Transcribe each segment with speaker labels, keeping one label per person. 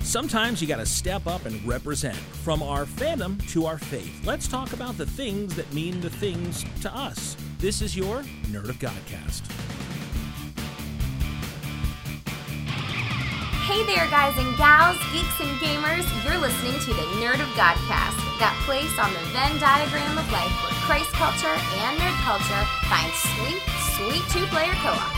Speaker 1: Sometimes you gotta step up and represent. From our fandom to our faith, let's talk about the things that mean the things to us. This is your Nerd of Godcast.
Speaker 2: Hey there, guys and gals, geeks and gamers. You're listening to the Nerd of Godcast, that place on the Venn diagram of life where Christ culture and nerd culture find sweet, sweet two player co op.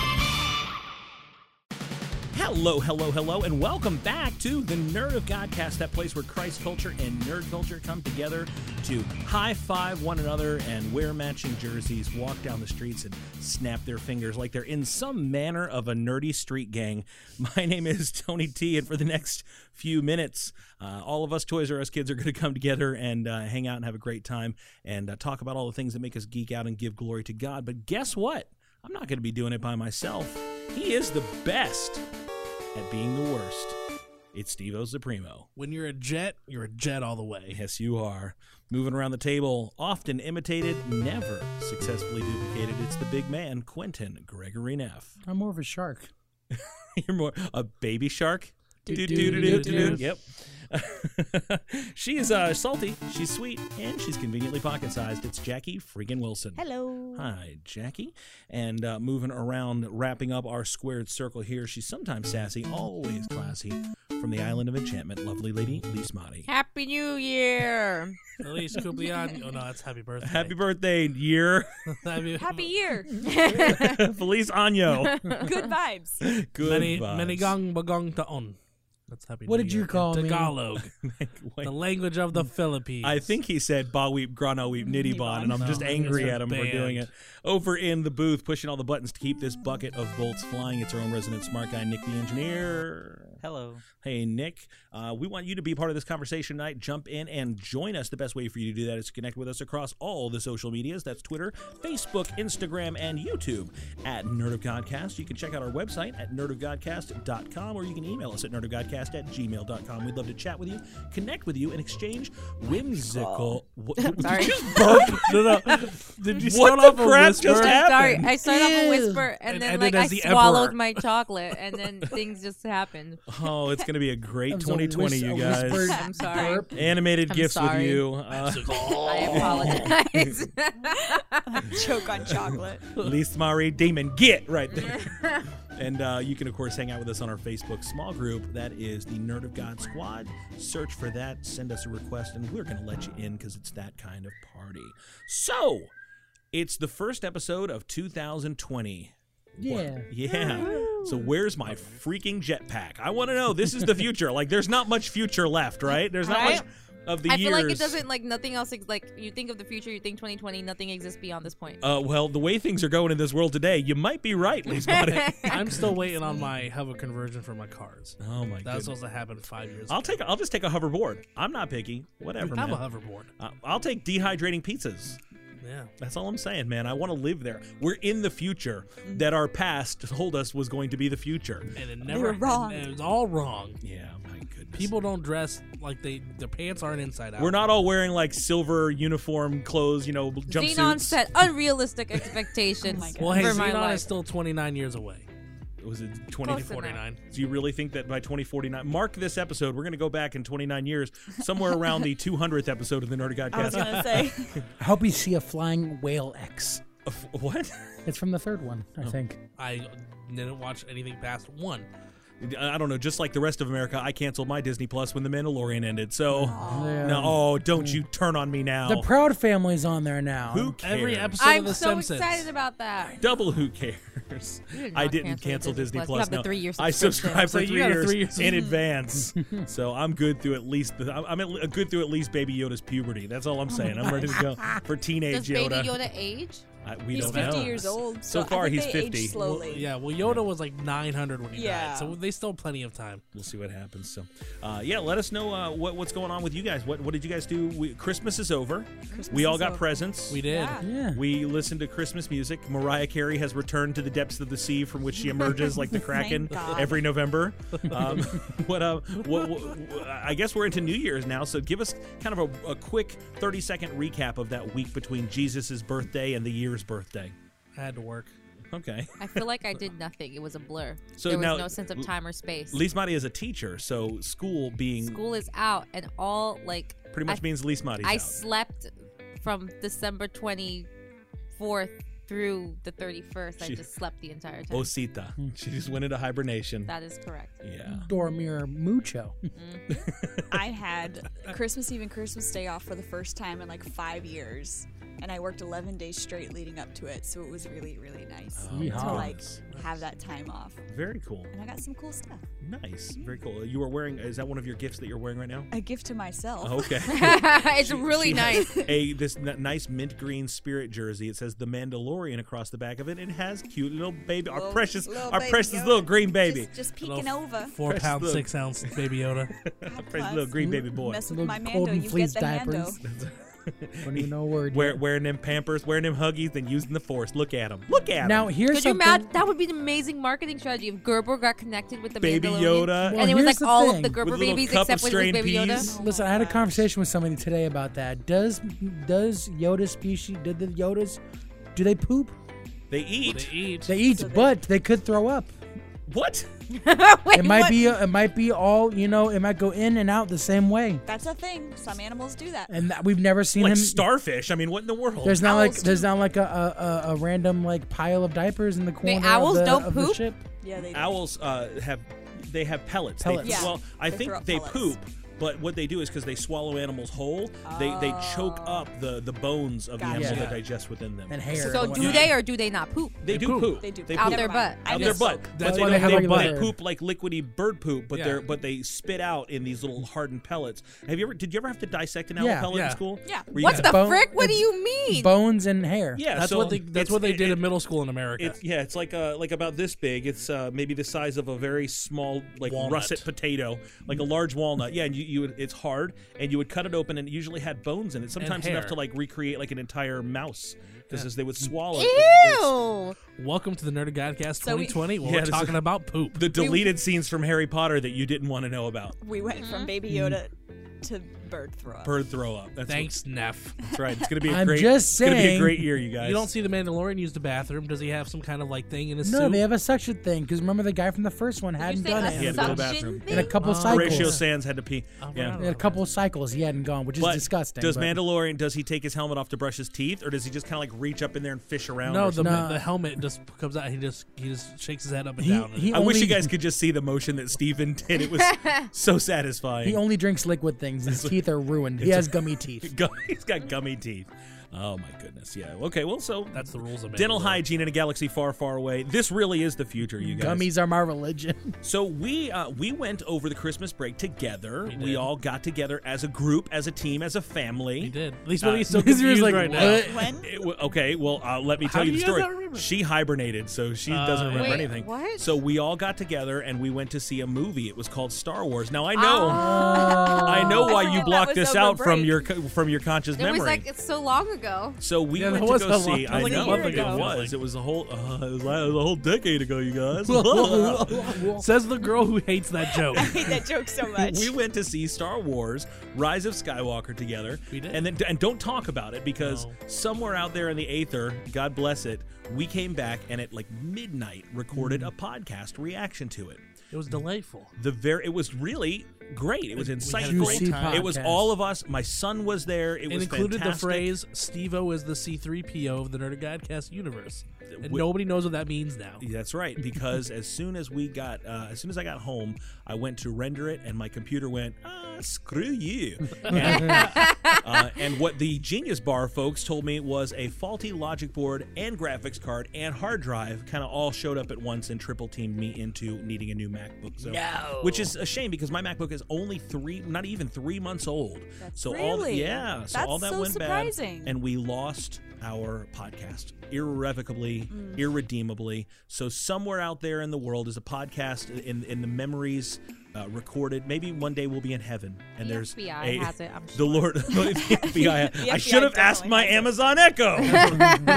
Speaker 1: Hello, hello, hello, and welcome back to the Nerd of Godcast, that place where Christ culture and nerd culture come together to high five one another and wear matching jerseys, walk down the streets, and snap their fingers like they're in some manner of a nerdy street gang. My name is Tony T, and for the next few minutes, uh, all of us Toys R Us kids are going to come together and uh, hang out and have a great time and uh, talk about all the things that make us geek out and give glory to God. But guess what? I'm not going to be doing it by myself. He is the best at being the worst. It's Steve O Supremo.
Speaker 3: When you're a jet, you're a jet all the way.
Speaker 1: Yes, you are. Moving around the table, often imitated, never successfully duplicated. It's the big man, Quentin Gregory Neff.
Speaker 4: I'm more of a shark.
Speaker 1: You're more a baby shark.
Speaker 3: Do-do-do-do-do.
Speaker 1: Yep. she is uh, salty, she's sweet, and she's conveniently pocket sized. It's Jackie Friggin Wilson.
Speaker 2: Hello.
Speaker 1: Hi, Jackie. And uh, moving around, wrapping up our squared circle here, she's sometimes sassy, always classy, from the island of enchantment, lovely lady Lismati.
Speaker 5: Happy New Year!
Speaker 3: At least Kublian. Oh no, that's happy birthday.
Speaker 1: Happy birthday, year.
Speaker 3: happy,
Speaker 5: Happy Year!
Speaker 1: Feliz Año.
Speaker 5: Good vibes.
Speaker 1: Good
Speaker 3: many
Speaker 1: vibes.
Speaker 3: many gong bagong taon. That's happy.
Speaker 4: What
Speaker 3: New
Speaker 4: did you
Speaker 3: Year. In
Speaker 4: call me?
Speaker 3: Tagalog,
Speaker 1: Wait,
Speaker 3: the language of the Philippines.
Speaker 1: I think he said ba weep, grana weep, nitty bon, and I'm
Speaker 3: No,
Speaker 1: just
Speaker 3: I think
Speaker 1: angry
Speaker 3: it's a
Speaker 1: at him for
Speaker 3: band.
Speaker 1: doing it. Over in the booth, pushing all the buttons to keep this bucket of bolts flying. It's our own resident smart guy, Nick the Engineer.
Speaker 6: Hello.
Speaker 1: Hey, Nick, uh, we want you to be part of this conversation tonight. Jump in and join us. The best way for you to do that is to connect with us across all the social medias. That's Twitter, Facebook, Instagram, and YouTube at Nerd of Godcast. You can check out our website at nerdofgodcast.com or you can email us at nerdofgodcast at gmail.com. We'd love to chat with you, connect with you, and exchange whimsical. What, did
Speaker 5: Sorry.
Speaker 1: you just burp?
Speaker 3: no, no. Did you
Speaker 1: What
Speaker 3: start
Speaker 1: the
Speaker 3: off a
Speaker 1: crap just
Speaker 3: whisper?
Speaker 1: happened?
Speaker 5: Sorry, I started off a
Speaker 3: Ew.
Speaker 5: whisper and,
Speaker 3: And
Speaker 5: then
Speaker 3: ended
Speaker 5: like I
Speaker 3: as the
Speaker 5: swallowed
Speaker 3: emperor.
Speaker 5: my chocolate and then things just happened.
Speaker 1: Oh, it's going to be a great
Speaker 4: That was a
Speaker 1: 2020,
Speaker 4: whis- a
Speaker 1: you guys.
Speaker 4: whispered
Speaker 5: I'm sorry.
Speaker 4: burp.
Speaker 1: Animated
Speaker 5: I'm
Speaker 1: gifts with
Speaker 5: sorry.
Speaker 1: you. Uh,
Speaker 5: I apologize. Choke on chocolate.
Speaker 1: Least Mari Demon Get right there. and uh, you can, of course, hang out with us on our Facebook small group. That is the Nerd of God Squad. Search for that, send us a request, and we're going to let you in because it's that kind of party. So, it's the first episode of 2020.
Speaker 4: Yeah.
Speaker 1: Yeah. So, where's my freaking jetpack? I want to know. This is the future. like, there's not much future left, right? There's not
Speaker 5: Right?
Speaker 1: much of the
Speaker 5: I
Speaker 1: years.
Speaker 5: feel like it doesn't like nothing else. ex- Like you think of the future, you think 2020, nothing exists beyond this point.
Speaker 1: Uh, well, the way things are going in this world today, you might be right, Least Mari.
Speaker 3: I'm still waiting on my hover conversion for my cars.
Speaker 1: oh, my
Speaker 3: That
Speaker 1: God.
Speaker 3: was supposed to happen five years.
Speaker 1: I'll
Speaker 3: ago.
Speaker 1: take. I'll just take a hoverboard. I'm not picky. Whatever,
Speaker 3: Have
Speaker 1: man.
Speaker 3: a hoverboard.
Speaker 1: Uh, I'll take dehydrating pizzas.
Speaker 3: Yeah.
Speaker 1: That's all I'm saying, man. I want to live there. We're in the future that our past told us was going to be the future.
Speaker 3: And it
Speaker 5: were
Speaker 3: never.
Speaker 5: wrong.
Speaker 3: It was all wrong.
Speaker 1: Yeah, my goodness.
Speaker 3: People don't dress like they. Their pants aren't inside out.
Speaker 1: we're not all wearing like silver uniform clothes, you know, jumpsuits.
Speaker 5: Xenon set unrealistic expectations
Speaker 3: Well, hey,
Speaker 5: for my
Speaker 3: Xenon
Speaker 5: life.
Speaker 3: is still 29 years away.
Speaker 1: Was it
Speaker 5: Close
Speaker 1: 20?
Speaker 5: enough.
Speaker 3: 49.
Speaker 1: Do you really think that by 2049? Mark this episode. We're going to go back in 29 years, somewhere around the 200th episode of the Nerd
Speaker 7: I was
Speaker 1: Godcast.
Speaker 7: gonna say
Speaker 4: I hope you see a flying whale X.
Speaker 1: what?
Speaker 4: It's from the third one, I think.
Speaker 3: I didn't watch anything past one.
Speaker 1: I don't know. Just like the rest of America, I canceled my Disney Plus when The Mandalorian ended. So.
Speaker 4: Yeah.
Speaker 1: No, oh, don't you turn on me now.
Speaker 4: The Proud Family's on there now.
Speaker 1: who cares?
Speaker 3: Every episode
Speaker 5: I'm
Speaker 3: of The
Speaker 5: so
Speaker 3: Simpsons.
Speaker 5: excited about that.
Speaker 1: Double who cares?
Speaker 5: did not
Speaker 1: I didn't
Speaker 5: cancel
Speaker 1: cancel Disney,
Speaker 5: Disney Plus. You
Speaker 1: Plus.
Speaker 5: have the
Speaker 1: no.
Speaker 5: three-year
Speaker 1: I subscribed
Speaker 3: So
Speaker 1: for
Speaker 3: you
Speaker 1: three
Speaker 3: got a
Speaker 1: years,
Speaker 3: three-year
Speaker 1: in advance, so I'm good through at least. The, I'm, I'm at, le- good through at least Baby Yoda's puberty. That's all I'm saying. I'm ready to go for teenage
Speaker 5: Does Baby
Speaker 1: Yoda.
Speaker 5: Yoda age?
Speaker 1: I- we
Speaker 7: he's
Speaker 1: don't
Speaker 7: 50
Speaker 1: know.
Speaker 7: years old.
Speaker 1: So
Speaker 7: So, I
Speaker 1: far,
Speaker 7: think
Speaker 1: he's
Speaker 7: they
Speaker 1: 50.
Speaker 7: Age
Speaker 3: Well,
Speaker 7: slowly.
Speaker 3: yeah, well, Yoda was like 900 when he
Speaker 7: Yeah.
Speaker 3: died, so they still have plenty of time.
Speaker 1: We'll see what happens. So, uh, yeah, let us know uh, what, what's going on with you guys. What what did you guys do? We, Christmas is over. we all
Speaker 7: is
Speaker 1: got
Speaker 7: over.
Speaker 1: presents.
Speaker 3: We did.
Speaker 7: Yeah.
Speaker 4: Yeah.
Speaker 1: We listen to Christmas music. Mariah Carey has returned to the depths of the sea from which she emerges like the Kraken
Speaker 7: God.
Speaker 1: every November. Um, what, uh, what, what- I guess we're into New Year's now, so give us kind of a, a quick 30 second recap of that week between Jesus' birthday and the year's birthday.
Speaker 3: I had to work.
Speaker 1: Okay.
Speaker 5: I feel like I did nothing. It was a blur.
Speaker 1: So
Speaker 5: there was
Speaker 1: now-
Speaker 5: no sense of time or space.
Speaker 1: Lise Mati is a teacher, so school being
Speaker 5: School is out, and all like
Speaker 1: pretty much
Speaker 5: I,
Speaker 1: means Lise Mati's
Speaker 5: I
Speaker 1: out.
Speaker 5: slept from December twenty fourth through the thirty first. I
Speaker 1: She-
Speaker 5: just slept the entire time.
Speaker 1: Osita. She just went into hibernation.
Speaker 5: that is correct.
Speaker 1: Yeah.
Speaker 4: Dormir Mucho.
Speaker 6: I had Christmas Eve and Christmas Day off for the first time in like five years, and I worked 11 days straight leading up to it, so it was really, really nice
Speaker 1: Oh,
Speaker 4: Yeehaw.
Speaker 6: to like
Speaker 1: goodness.
Speaker 6: have that time off.
Speaker 1: Very cool.
Speaker 6: And I got some cool stuff.
Speaker 1: Nice. Very cool. You are wearing, is that one of your gifts that you're wearing right now?
Speaker 6: A gift to myself.
Speaker 1: Okay.
Speaker 5: it's
Speaker 1: She-
Speaker 5: really
Speaker 1: she
Speaker 5: nice.
Speaker 1: has A this n- nice mint green spirit jersey. It says the Mandalorian across the back of it. It has cute little baby, our
Speaker 6: Little-
Speaker 1: precious,
Speaker 6: little
Speaker 1: our
Speaker 6: baby
Speaker 1: precious
Speaker 6: Yoda.
Speaker 1: little green baby,
Speaker 6: Just, just
Speaker 3: Little
Speaker 6: peeking over.
Speaker 3: Four
Speaker 1: Press
Speaker 3: pound,
Speaker 1: the-
Speaker 3: six ounce baby Yoda.
Speaker 1: our precious little green baby boy.
Speaker 6: Mess with
Speaker 4: Little
Speaker 6: my Mando,
Speaker 4: golden
Speaker 6: you
Speaker 4: fleece
Speaker 6: get the
Speaker 4: diapers.
Speaker 6: Mando.
Speaker 4: Don't even know a word.
Speaker 1: Wear,
Speaker 4: yet.
Speaker 1: wearing them Pampers, wearing them Huggies, and using the Force. Look at him. Look at him.
Speaker 4: now here's
Speaker 5: Could you
Speaker 4: something.
Speaker 5: imagine? That would be an amazing marketing strategy if Gerber got connected with the
Speaker 1: Baby
Speaker 5: Mandalorian,
Speaker 1: Yoda.
Speaker 5: and
Speaker 4: Well,
Speaker 5: it was
Speaker 4: here's
Speaker 5: like
Speaker 4: the
Speaker 5: all
Speaker 4: thing.
Speaker 5: of the Gerber
Speaker 1: With a little
Speaker 5: babies
Speaker 1: cup of
Speaker 5: except with
Speaker 1: strained
Speaker 5: Baby
Speaker 1: peas.
Speaker 5: Yoda.
Speaker 4: Listen, I had a conversation with somebody today about that. Does does Yoda species? Did the Yodas? Do they poop?
Speaker 1: they
Speaker 3: They
Speaker 1: eat.
Speaker 3: eat.
Speaker 4: They eat,
Speaker 6: So they-
Speaker 4: but they could throw up.
Speaker 1: What?
Speaker 5: Wait,
Speaker 4: it might
Speaker 5: what?
Speaker 4: be. It might be all. You know, it might go in and out the same way.
Speaker 6: That's a thing. Some animals do that.
Speaker 4: And that, we've never seen
Speaker 1: Like
Speaker 4: him.
Speaker 1: starfish. I mean, what in the world?
Speaker 4: there's not like
Speaker 5: Owls
Speaker 4: there's not like a, a, a, a random like pile of diapers in the corner.
Speaker 5: owls
Speaker 4: of the,
Speaker 5: don't
Speaker 4: of the
Speaker 5: poop?
Speaker 4: ship.
Speaker 6: Yeah, they do.
Speaker 1: owls uh, have they have pellets.
Speaker 4: Pellets.
Speaker 1: They,
Speaker 6: Yeah.
Speaker 1: Well, I
Speaker 6: They
Speaker 1: think
Speaker 6: throw up
Speaker 1: they
Speaker 6: pellets.
Speaker 1: poop, but what they do is because they swallow animals whole, they they choke up the the bones of the
Speaker 6: Oh. Gotcha.
Speaker 1: animal
Speaker 3: Yeah.
Speaker 1: that digests within them.
Speaker 4: and hair.
Speaker 5: So
Speaker 4: and
Speaker 5: do
Speaker 4: whatnot.
Speaker 5: they or do they not poop?
Speaker 1: They, do poop.
Speaker 6: They do.
Speaker 1: They
Speaker 5: Out
Speaker 1: poop.
Speaker 5: their butt.
Speaker 6: I
Speaker 1: Out
Speaker 6: know.
Speaker 1: their butt, but
Speaker 3: That's
Speaker 1: they,
Speaker 4: why
Speaker 1: don't,
Speaker 4: they have,
Speaker 1: they,
Speaker 4: like,
Speaker 1: they
Speaker 4: the-
Speaker 1: poop like liquidy bird poop, but
Speaker 3: Yeah.
Speaker 1: they're but they spit out in these little hardened pellets. Have you ever? Did you ever have to dissect an owl
Speaker 4: Yeah.
Speaker 1: pellet
Speaker 3: Yeah.
Speaker 1: in school?
Speaker 6: Yeah.
Speaker 1: Where you
Speaker 5: What
Speaker 1: had-
Speaker 5: the
Speaker 4: Bone-
Speaker 5: frick? What do
Speaker 4: it's
Speaker 5: you mean?
Speaker 4: Bones and hair.
Speaker 1: Yeah,
Speaker 3: That's
Speaker 1: so
Speaker 3: what they. That's
Speaker 1: it's-
Speaker 3: what they
Speaker 1: it-
Speaker 3: did
Speaker 1: it-
Speaker 3: in middle school in America.
Speaker 1: It's yeah, it's like uh like about this big. It's uh maybe the size of a very small like
Speaker 3: Walnut.
Speaker 1: russet potato, like a large walnut. Yeah, and you, you would, it's hard, and you would cut it open, and it usually had bones in it. Sometimes enough
Speaker 3: hair.
Speaker 1: to like recreate like an entire mouse, because as they would swallow, it, it- it's-
Speaker 5: Ew.
Speaker 3: Welcome to the Nerd Godcast
Speaker 6: So we-
Speaker 3: 2020. where
Speaker 1: Yeah,
Speaker 3: we're
Speaker 1: this is-
Speaker 3: talking about poop.
Speaker 1: the deleted scenes from Harry Potter that you didn't want to know about.
Speaker 6: We went
Speaker 4: Mm-hmm.
Speaker 6: from Baby Yoda to bird throw up.
Speaker 1: Bird throw up. That's
Speaker 3: Thanks, Neff.
Speaker 1: What, that's right. It's gonna be. A
Speaker 4: I'm
Speaker 1: great,
Speaker 4: just
Speaker 1: It's gonna be a
Speaker 4: saying.
Speaker 1: great year, you guys.
Speaker 3: You don't see the Mandalorian use the bathroom. Does he have some kind of like thing in his
Speaker 4: No,
Speaker 3: suit?
Speaker 4: they have a suction thing. Because remember the guy from the first one
Speaker 5: You
Speaker 4: hadn't
Speaker 5: say
Speaker 4: done
Speaker 5: a
Speaker 4: it
Speaker 1: Yeah,
Speaker 4: in
Speaker 1: to go to the
Speaker 5: suction
Speaker 1: bathroom.
Speaker 5: thing?
Speaker 4: in a couple
Speaker 3: Oh.
Speaker 4: cycles.
Speaker 1: Horatio Sands had to pee.
Speaker 3: Oh,
Speaker 1: yeah.
Speaker 3: wow.
Speaker 4: In a couple cycles, he hadn't gone, which is
Speaker 1: But
Speaker 4: disgusting.
Speaker 1: Does
Speaker 4: but-
Speaker 1: Mandalorian does he take his helmet off to brush his teeth, or does he just kind of like reach up in there and fish around?
Speaker 3: No,
Speaker 1: or
Speaker 3: the,
Speaker 4: Nah.
Speaker 3: the helmet just comes out. He just he just shakes his head up and
Speaker 4: He-
Speaker 3: down.
Speaker 4: he-
Speaker 1: I wish you
Speaker 4: only-
Speaker 1: guys could just see the motion that Steven did. It was so satisfying.
Speaker 4: He only drinks liquid things. His teeth are ruined. He has gummy teeth.
Speaker 1: Gum- He's got gummy teeth. Oh my goodness. Yeah. Okay. Well, so
Speaker 3: That's the rules of
Speaker 1: dental
Speaker 3: Mandalorian.
Speaker 1: hygiene in a galaxy far, far away. This really is the future, you guys.
Speaker 4: Gummies are my religion.
Speaker 1: So we uh, we went over the Christmas break together. We,
Speaker 3: did.
Speaker 1: all got together as a group, as a team, as a family.
Speaker 3: He did. At least what
Speaker 1: Uh,
Speaker 3: he's so
Speaker 4: He was
Speaker 3: confused
Speaker 4: like,
Speaker 3: right now.
Speaker 4: "What?"
Speaker 6: When?
Speaker 1: It wa- okay, well, uh, let me
Speaker 3: How
Speaker 1: tell you
Speaker 3: do
Speaker 1: the
Speaker 3: you guys
Speaker 1: story.
Speaker 3: not remember?
Speaker 1: She hibernated, so she
Speaker 3: Uh,
Speaker 1: doesn't remember
Speaker 5: Wait,
Speaker 1: anything.
Speaker 5: what?
Speaker 1: So we all got together and we went to see a movie. It was called Star Wars. Now I know,
Speaker 3: Oh.
Speaker 1: I know
Speaker 6: I
Speaker 1: why you
Speaker 6: forgot
Speaker 1: blocked
Speaker 6: that was
Speaker 1: this
Speaker 6: over
Speaker 1: out from
Speaker 6: break.
Speaker 1: your co- from your conscious
Speaker 5: It
Speaker 1: memory.
Speaker 5: was like it's so long ago.
Speaker 1: so we
Speaker 3: Yeah,
Speaker 1: went
Speaker 3: that
Speaker 1: to
Speaker 3: was
Speaker 1: go
Speaker 3: a
Speaker 1: see.
Speaker 3: long-
Speaker 1: I
Speaker 3: that was a
Speaker 1: know
Speaker 3: year
Speaker 1: it
Speaker 3: ago.
Speaker 1: was. It was a whole. Uh, it, was, like- it was a whole decade ago, you guys.
Speaker 3: Says the girl who hates that joke.
Speaker 6: I hate that joke so much.
Speaker 1: we went to see Star Wars: Rise of Skywalker together.
Speaker 3: We did.
Speaker 1: and then and don't talk about it because
Speaker 3: No.
Speaker 1: somewhere out there in the aether, God bless it, we came back and at like midnight recorded
Speaker 3: Mm-hmm.
Speaker 1: a podcast reaction to it.
Speaker 3: It was delightful.
Speaker 1: The very it was really great. It was
Speaker 3: We had a
Speaker 1: insightful.
Speaker 3: great Juicy time.
Speaker 1: It was
Speaker 4: podcast.
Speaker 1: all of us. My son was there. It,
Speaker 3: It,
Speaker 1: was
Speaker 3: included
Speaker 1: fantastic.
Speaker 3: the phrase "Steve-O is the C-3PO of the Nerd Godcast universe," and
Speaker 1: Wh-
Speaker 3: nobody knows what that means now.
Speaker 1: That's right. Because as soon as we got, uh, as soon as I got home, I went to render it, and my computer went, ah, "Screw you." And, uh, and what the Genius Bar folks told me was a faulty logic board and graphics card and hard drive kind of all showed up at once and triple teamed me into needing a new MacBook. So, which is a shame because my MacBook is only three, not even three months old. so all,
Speaker 6: Really?
Speaker 1: yeah, so
Speaker 6: That's
Speaker 1: all that
Speaker 6: so
Speaker 1: went
Speaker 6: surprising.
Speaker 1: bad, and we lost our podcast irrevocably, irredeemably. So somewhere out there in the world is a podcast in in the memories uh, recorded. Maybe one day we'll be in heaven, and
Speaker 5: The
Speaker 1: there's
Speaker 5: FBI
Speaker 1: a-
Speaker 5: has it, I'm
Speaker 1: the
Speaker 5: sure.
Speaker 1: Lord. the FBI. I
Speaker 6: FBI
Speaker 1: should have asked
Speaker 6: definitely
Speaker 1: my
Speaker 6: has it.
Speaker 1: Amazon Echo.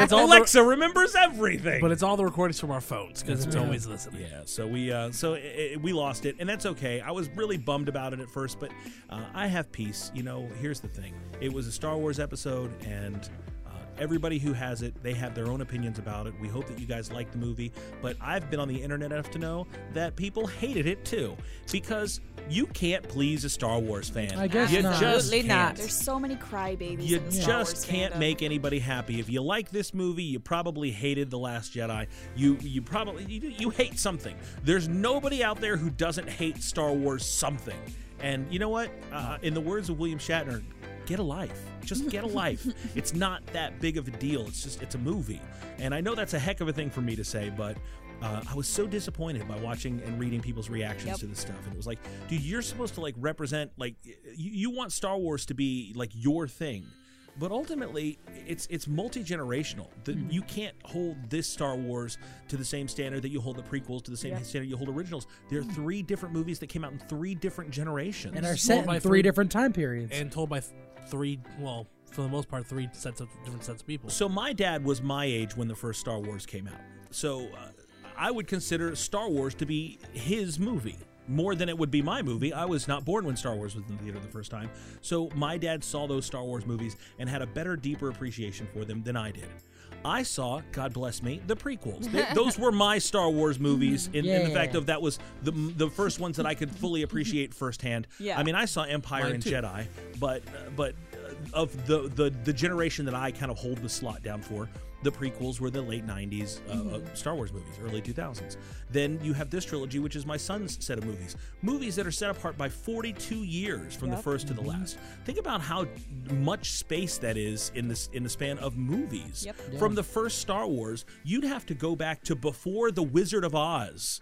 Speaker 3: it's all the-
Speaker 1: Alexa remembers everything.
Speaker 3: But it's all the recordings from our phones because it's always listening.
Speaker 1: Yeah, so we uh, so i i we lost it, and that's okay. I was really bummed about it at first, but uh, I have peace. You know, here's the thing: it was a Star Wars episode, and uh, everybody who has it, they have their own opinions about it. We hope that you guys like the movie, but I've been on the internet enough to know that people hated it too because you can't please a Star Wars fan.
Speaker 4: I guess
Speaker 1: you
Speaker 4: not.
Speaker 1: just
Speaker 5: Absolutely
Speaker 1: can't.
Speaker 5: not.
Speaker 6: There's so many crybabies.
Speaker 1: You
Speaker 6: in the Star Wars
Speaker 1: just can't
Speaker 6: fandom.
Speaker 1: make anybody happy. If you like this movie, you probably hated The Last Jedi. You you probably you, you hate something. There's nobody out there who doesn't hate Star Wars something. And you know what? Uh, in the words of William Shatner, get a life. Just get a life. it's not that big of a deal. It's just it's a movie. And I know that's a heck of a thing for me to say, but. Uh, I was so disappointed by watching and reading people's reactions
Speaker 6: Yep.
Speaker 1: to this stuff, and it was like, dude, you're supposed to like represent like y- you, you want Star Wars to be like your thing, but ultimately it's it's multi-generational the, you can't hold this star wars to the same standard that you hold the prequels to the same standard you hold originals there are three different movies that came out in three different generations
Speaker 4: and are set
Speaker 3: by
Speaker 4: in three
Speaker 3: three-
Speaker 4: different time periods.
Speaker 3: and told by th- three, well, for the most part, three sets of different sets of people.
Speaker 1: so my dad was my age when the first star wars came out so uh, i would consider star wars to be his movie more than it would be my movie. I was not born when Star Wars was in the theater the first time. So my dad saw those Star Wars movies and had a better, deeper appreciation for them than I did. I saw, God bless me, the prequels. Th- those were my Star Wars movies in, in the fact
Speaker 4: Yeah.
Speaker 1: of that was the, the first ones that I could fully appreciate firsthand.
Speaker 6: Yeah.
Speaker 1: I mean, I saw Empire
Speaker 3: Mine
Speaker 1: and
Speaker 3: too.
Speaker 1: Jedi, but but uh, of the, the the generation that I kind of hold the slot down for, the prequels were the late '90s uh,
Speaker 6: Mm-hmm.
Speaker 1: uh, Star Wars movies, early 2000s. Then you have this trilogy, which is my son's set of movies, movies that are set apart by 42 years from the
Speaker 6: Yep. Mm-hmm.
Speaker 1: first to the last. Think about how much space that is in this in the span of movies.
Speaker 6: Yep.
Speaker 1: From the first Star Wars, you'd have to go back to before the Wizard of Oz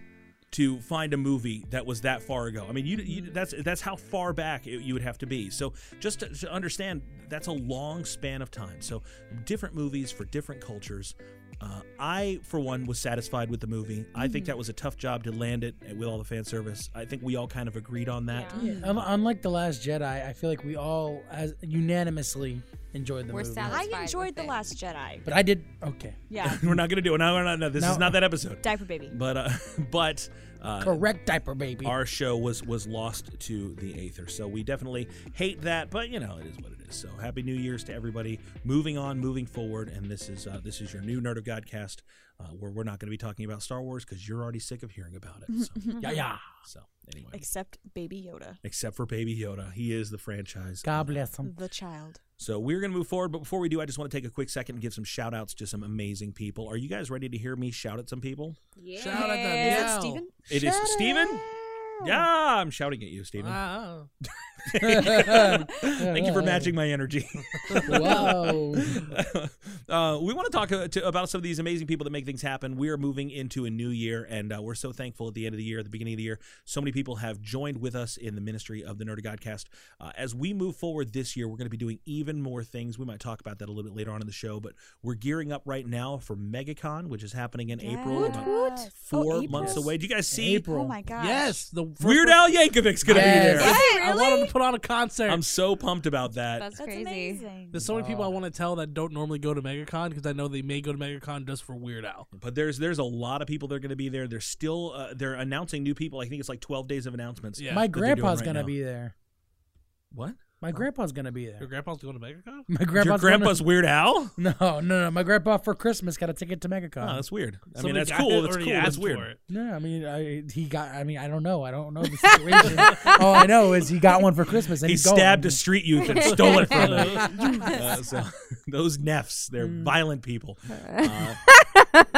Speaker 1: to find a movie that was that far ago. I mean, you, you that's that's how far back it, you would have to be. So just to, to understand, that's a long span of time. So different movies for different cultures. Uh, I, for one, was satisfied with the movie. I think that was a tough job to land it with all the fan service. I think we all kind of agreed on that.
Speaker 5: Yeah.
Speaker 4: Un- Unlike the Last Jedi, I feel like we all as unanimously enjoyed the
Speaker 5: We're
Speaker 4: movie.
Speaker 5: satisfied.
Speaker 6: I enjoyed
Speaker 5: with
Speaker 6: The
Speaker 5: it.
Speaker 6: Last Jedi.
Speaker 4: but I did okay.
Speaker 6: Yeah.
Speaker 1: We're not gonna do it. No, we're not. No, this
Speaker 4: No.
Speaker 1: is not that episode.
Speaker 6: Diaper baby.
Speaker 1: But uh, but uh,
Speaker 4: Correct diaper baby.
Speaker 1: our show was was lost to the aether so we definitely hate that but you know it is what it is so happy new year's to everybody moving on moving forward and this is uh, this is your new nerd of godcast uh, where we're not going to be talking about star wars because you're already sick of hearing about it so yeah yeah so anyway
Speaker 6: Except Baby Yoda,
Speaker 1: except for baby yoda he is the franchise
Speaker 4: God bless him.
Speaker 6: the child.
Speaker 1: so we're going to move forward but before we do i just want to take a quick second and give some shout outs to some amazing people are you guys ready to hear me shout at some people
Speaker 5: Yeah.
Speaker 3: Shout out to
Speaker 6: Is it
Speaker 3: Meow.
Speaker 6: Steven? Oh
Speaker 1: It is steven yeah i'm shouting at you steven
Speaker 3: Wow.
Speaker 1: Thank you for matching my energy.
Speaker 4: Whoa.
Speaker 1: uh, we want to talk uh, to, about some of these amazing people that make things happen. We are moving into a new year, and uh, we're so thankful at the end of the year, at the beginning of the year. So many people have joined with us in the ministry of the Nerd of Godcast. Uh, as we move forward this year, we're going to be doing even more things. We might talk about that a little bit later on in the show, but we're gearing up right now for MegaCon, which is happening in April,
Speaker 6: Yes.
Speaker 1: about
Speaker 6: Woot, woot.
Speaker 1: four
Speaker 6: Oh, April.
Speaker 1: months away. Do you guys see?
Speaker 4: April.
Speaker 6: Oh my gosh.
Speaker 3: Yes. The first
Speaker 1: Weird Al Yankovic's going to
Speaker 4: Yes.
Speaker 1: be there.
Speaker 3: I want him to put on a concert.
Speaker 1: I'm so pumped about that.
Speaker 5: That's,
Speaker 6: That's
Speaker 5: crazy.
Speaker 6: amazing.
Speaker 3: There's so many people I want to tell that don't normally go to MegaCon because I know they may go to MegaCon just for Weird Al.
Speaker 1: but there's there's a lot of people that are going to be there. They're still uh, they're announcing new people. I think it's like 12 days of announcements.
Speaker 3: Yeah.
Speaker 4: my
Speaker 1: that they're doing
Speaker 4: grandpa's
Speaker 1: right
Speaker 4: gonna
Speaker 1: now.
Speaker 4: be there.
Speaker 1: what?
Speaker 4: My grandpa's gonna be
Speaker 3: Your
Speaker 4: there.
Speaker 3: grandpa's going to MegaCon?
Speaker 4: My grandpa's.
Speaker 1: Your
Speaker 4: gonna-
Speaker 1: grandpa's Weird Al?
Speaker 4: no, no, no. My grandpa for Christmas got a ticket to MegaCon.
Speaker 1: Oh, that's weird. I mean,
Speaker 3: Somebody
Speaker 1: that's
Speaker 3: got-
Speaker 1: cool. That's
Speaker 3: already
Speaker 1: cool. That's
Speaker 3: asked
Speaker 1: weird.
Speaker 3: for it.
Speaker 4: No, I mean, I, he got. I mean, I don't know. I don't know the situation. All I know is he got one for Christmas, and
Speaker 1: He
Speaker 4: he's going.
Speaker 1: stabbed a street youth and stole it from him. Uh, so, those nefs, they're
Speaker 4: Mm.
Speaker 1: violent people. Uh,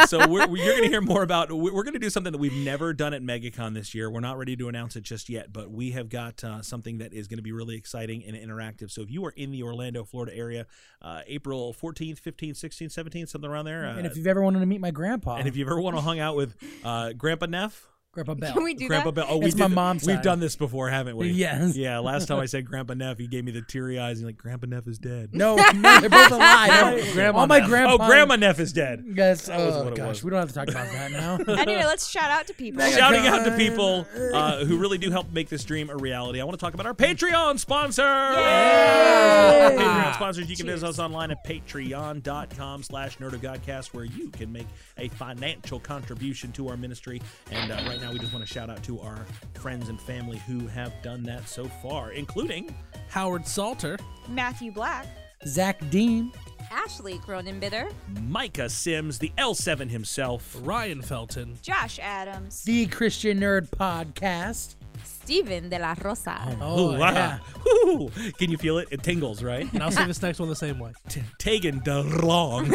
Speaker 1: so we're, we, you're going to hear more about. we- We're going to do something that we've never done at MegaCon this year. We're not ready to announce it just yet, but we have got uh, something that is going to be really exciting and interactive. So if you are in the Orlando, Florida area, uh, April 14th, 15th, 16th, 17th, something around there. Uh,
Speaker 4: And if you've ever wanted to meet my grandpa,
Speaker 1: and if you ever want to hang out with uh, Grandpa Neff,
Speaker 4: Grandpa Bell,
Speaker 5: Can we do
Speaker 1: Grandpa
Speaker 5: that?
Speaker 1: Bell. Oh, we
Speaker 4: It's my
Speaker 1: did-
Speaker 4: mom's
Speaker 1: We've
Speaker 4: side.
Speaker 1: done this before, haven't we?
Speaker 4: Yes.
Speaker 1: Yeah. Last time I said Grandpa Neff, he gave me the teary eyes and like Grandpa Neff is dead.
Speaker 4: no, no, they're both alive.
Speaker 3: Grandma
Speaker 4: All my
Speaker 3: now.
Speaker 4: grandpa.
Speaker 1: Oh, Grandma Neff is dead.
Speaker 4: Yes.
Speaker 1: was
Speaker 4: Oh
Speaker 1: what it was.
Speaker 4: gosh, we don't have to talk about that now.
Speaker 6: Anyway, let's shout out to people.
Speaker 1: Shouting out to people uh, who really do help make this dream a reality. I want to talk about our Patreon sponsor. Our Patreon sponsors. You can visit us online at patreon.com slash nerdofgodcast where you can make a financial contribution to our ministry. And uh, right now we just want to shout out to our friends and family who have done that so far, including
Speaker 3: Howard Salter.
Speaker 6: Matthew Black,
Speaker 4: Zach Dean,
Speaker 5: Ashley Cronenbitter,
Speaker 1: Micah Sims, the L7 himself.
Speaker 3: Ryan Felton.
Speaker 6: Josh Adams.
Speaker 4: The Christian Nerd Podcast.
Speaker 5: Steven de la Rosa,
Speaker 4: Oh,
Speaker 1: wow.
Speaker 4: yeah.
Speaker 1: Woo. Can you feel it? It tingles, right?
Speaker 3: And I'll say this next one the same way.
Speaker 1: Tegan de Long.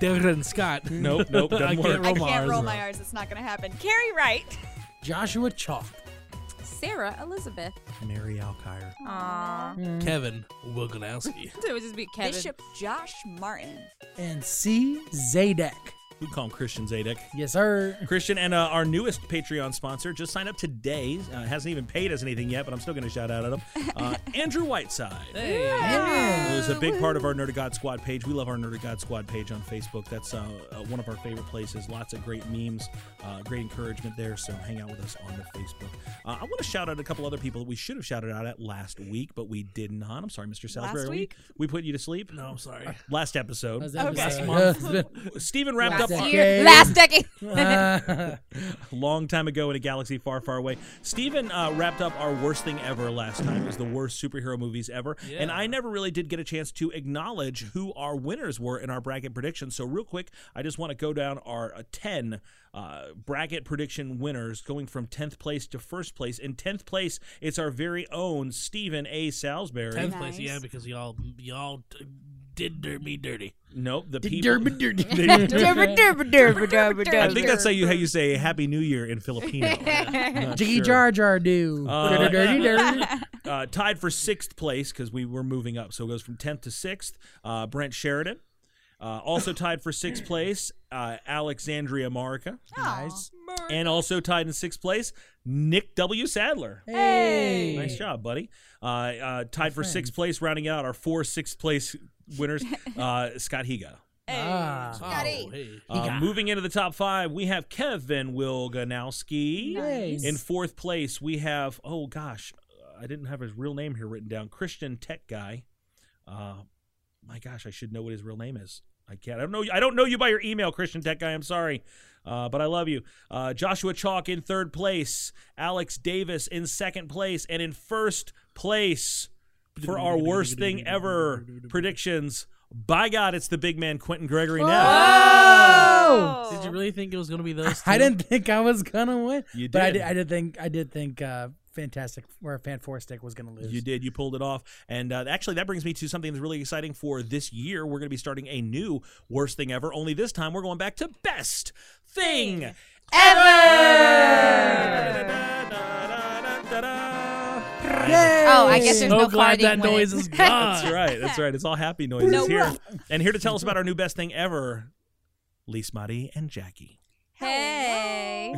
Speaker 3: Darren Scott.
Speaker 1: Nope, nope, doesn't
Speaker 3: I can't
Speaker 1: work.
Speaker 6: I
Speaker 3: roll my
Speaker 6: can't
Speaker 3: R's
Speaker 6: roll
Speaker 3: in
Speaker 6: my
Speaker 3: it.
Speaker 6: R's. It's not going to happen. Carrie Wright.
Speaker 4: Joshua Chalk.
Speaker 5: Sarah Elizabeth.
Speaker 1: Mary Alkire.
Speaker 5: Aww.
Speaker 3: Kevin Woganowski.
Speaker 5: It would just be Kevin.
Speaker 6: Bishop Josh Martin.
Speaker 4: And C. Zadek.
Speaker 1: We call him Christian Zadek.
Speaker 4: Yes, sir.
Speaker 1: Christian and uh, our newest Patreon sponsor just signed up today. Uh, hasn't even paid us anything yet, but I'm still going to shout out at him. Uh, Andrew Whiteside. Who is a big part of our Nerd of God Squad page. We love our Nerd of God Squad page on Facebook. That's uh, uh, one of our favorite places. Lots of great memes, uh, great encouragement there. So hang out with us on the Facebook. Uh, I want to shout out a couple other people that we should have shouted out at last week, but we did not. I'm sorry, Mr. Salisbury. We-
Speaker 6: week?
Speaker 1: We, put you to sleep.
Speaker 3: No, I'm sorry.
Speaker 1: Last episode.
Speaker 4: How's that
Speaker 6: Okay.
Speaker 4: episode?
Speaker 3: Last
Speaker 4: Uh,
Speaker 1: Steven wrapped
Speaker 5: Last
Speaker 1: up our-
Speaker 4: Decade.
Speaker 5: year, last decade.
Speaker 4: uh,
Speaker 1: long time ago in a galaxy far, far away. Steven uh, wrapped up our worst thing ever last time. It was the worst superhero movies ever. And I never really did get a chance to acknowledge who our winners were in our bracket predictions. So, real quick, I just want to go down our uh, 10 uh, bracket prediction winners going from 10th place to first place. In 10th place, it's our very own Steven A. Salisbury.
Speaker 3: Tenth
Speaker 6: Nice.
Speaker 3: place, yeah, because y'all y'all d- did dir- me dirty.
Speaker 1: Nope, the people.
Speaker 4: derby, derby.
Speaker 1: I think that's how you, how you say Happy New Year in Filipino. Not
Speaker 4: Jiggy
Speaker 1: sure.
Speaker 4: Jar Jar do.
Speaker 1: Uh,
Speaker 4: Dirty, dirty, dirty.
Speaker 1: uh, tied for sixth place because we were moving up. So it goes from 10th to 6th. Uh, Brent Sheridan. Uh, also tied for sixth place, uh, Alexandria Marca.
Speaker 4: Nice.
Speaker 1: And also tied in sixth place, Nick W. Sadler.
Speaker 4: Hey.
Speaker 1: Nice job, buddy. Uh, uh, tied for sixth place, rounding out our four sixth place winners, uh, Scott Higa.
Speaker 4: Ah.
Speaker 3: Oh, hey.
Speaker 1: Uh, moving into the top five, we have Kevin Wilganowski.
Speaker 4: Nice.
Speaker 1: In fourth place, we have oh gosh, I didn't have his real name here written down. Christian Tech guy. Uh, my gosh, I should know what his real name is. I can't. I don't know. I don't know you by your email, Christian Tech guy. I'm sorry, uh, but I love you. Uh, Joshua Chalk in third place. Alex Davis in second place, and in first place for our worst thing ever predictions. By God, it's the big man Quentin Gregory now.
Speaker 4: Oh!
Speaker 3: Did you really think it was gonna be those? Two?
Speaker 4: I didn't think I was gonna win.
Speaker 1: You
Speaker 4: But I
Speaker 1: did.
Speaker 4: did, I did think I did think uh, fantastic or fan four stick was gonna lose.
Speaker 1: You did. You pulled it off. And uh, actually, that brings me to something that's really exciting for this year. We're going to be starting a new worst thing ever. Only this time, we're going back to best thing ever.
Speaker 5: Oh, I guess there's
Speaker 3: So
Speaker 5: no
Speaker 3: glad
Speaker 5: party
Speaker 3: that
Speaker 5: when it-
Speaker 3: noise is gone.
Speaker 1: That's right. That's right. It's all happy noises
Speaker 6: No.
Speaker 1: here. And here to tell us about our new best thing ever, Lise Marie and Jackie.
Speaker 5: Hey.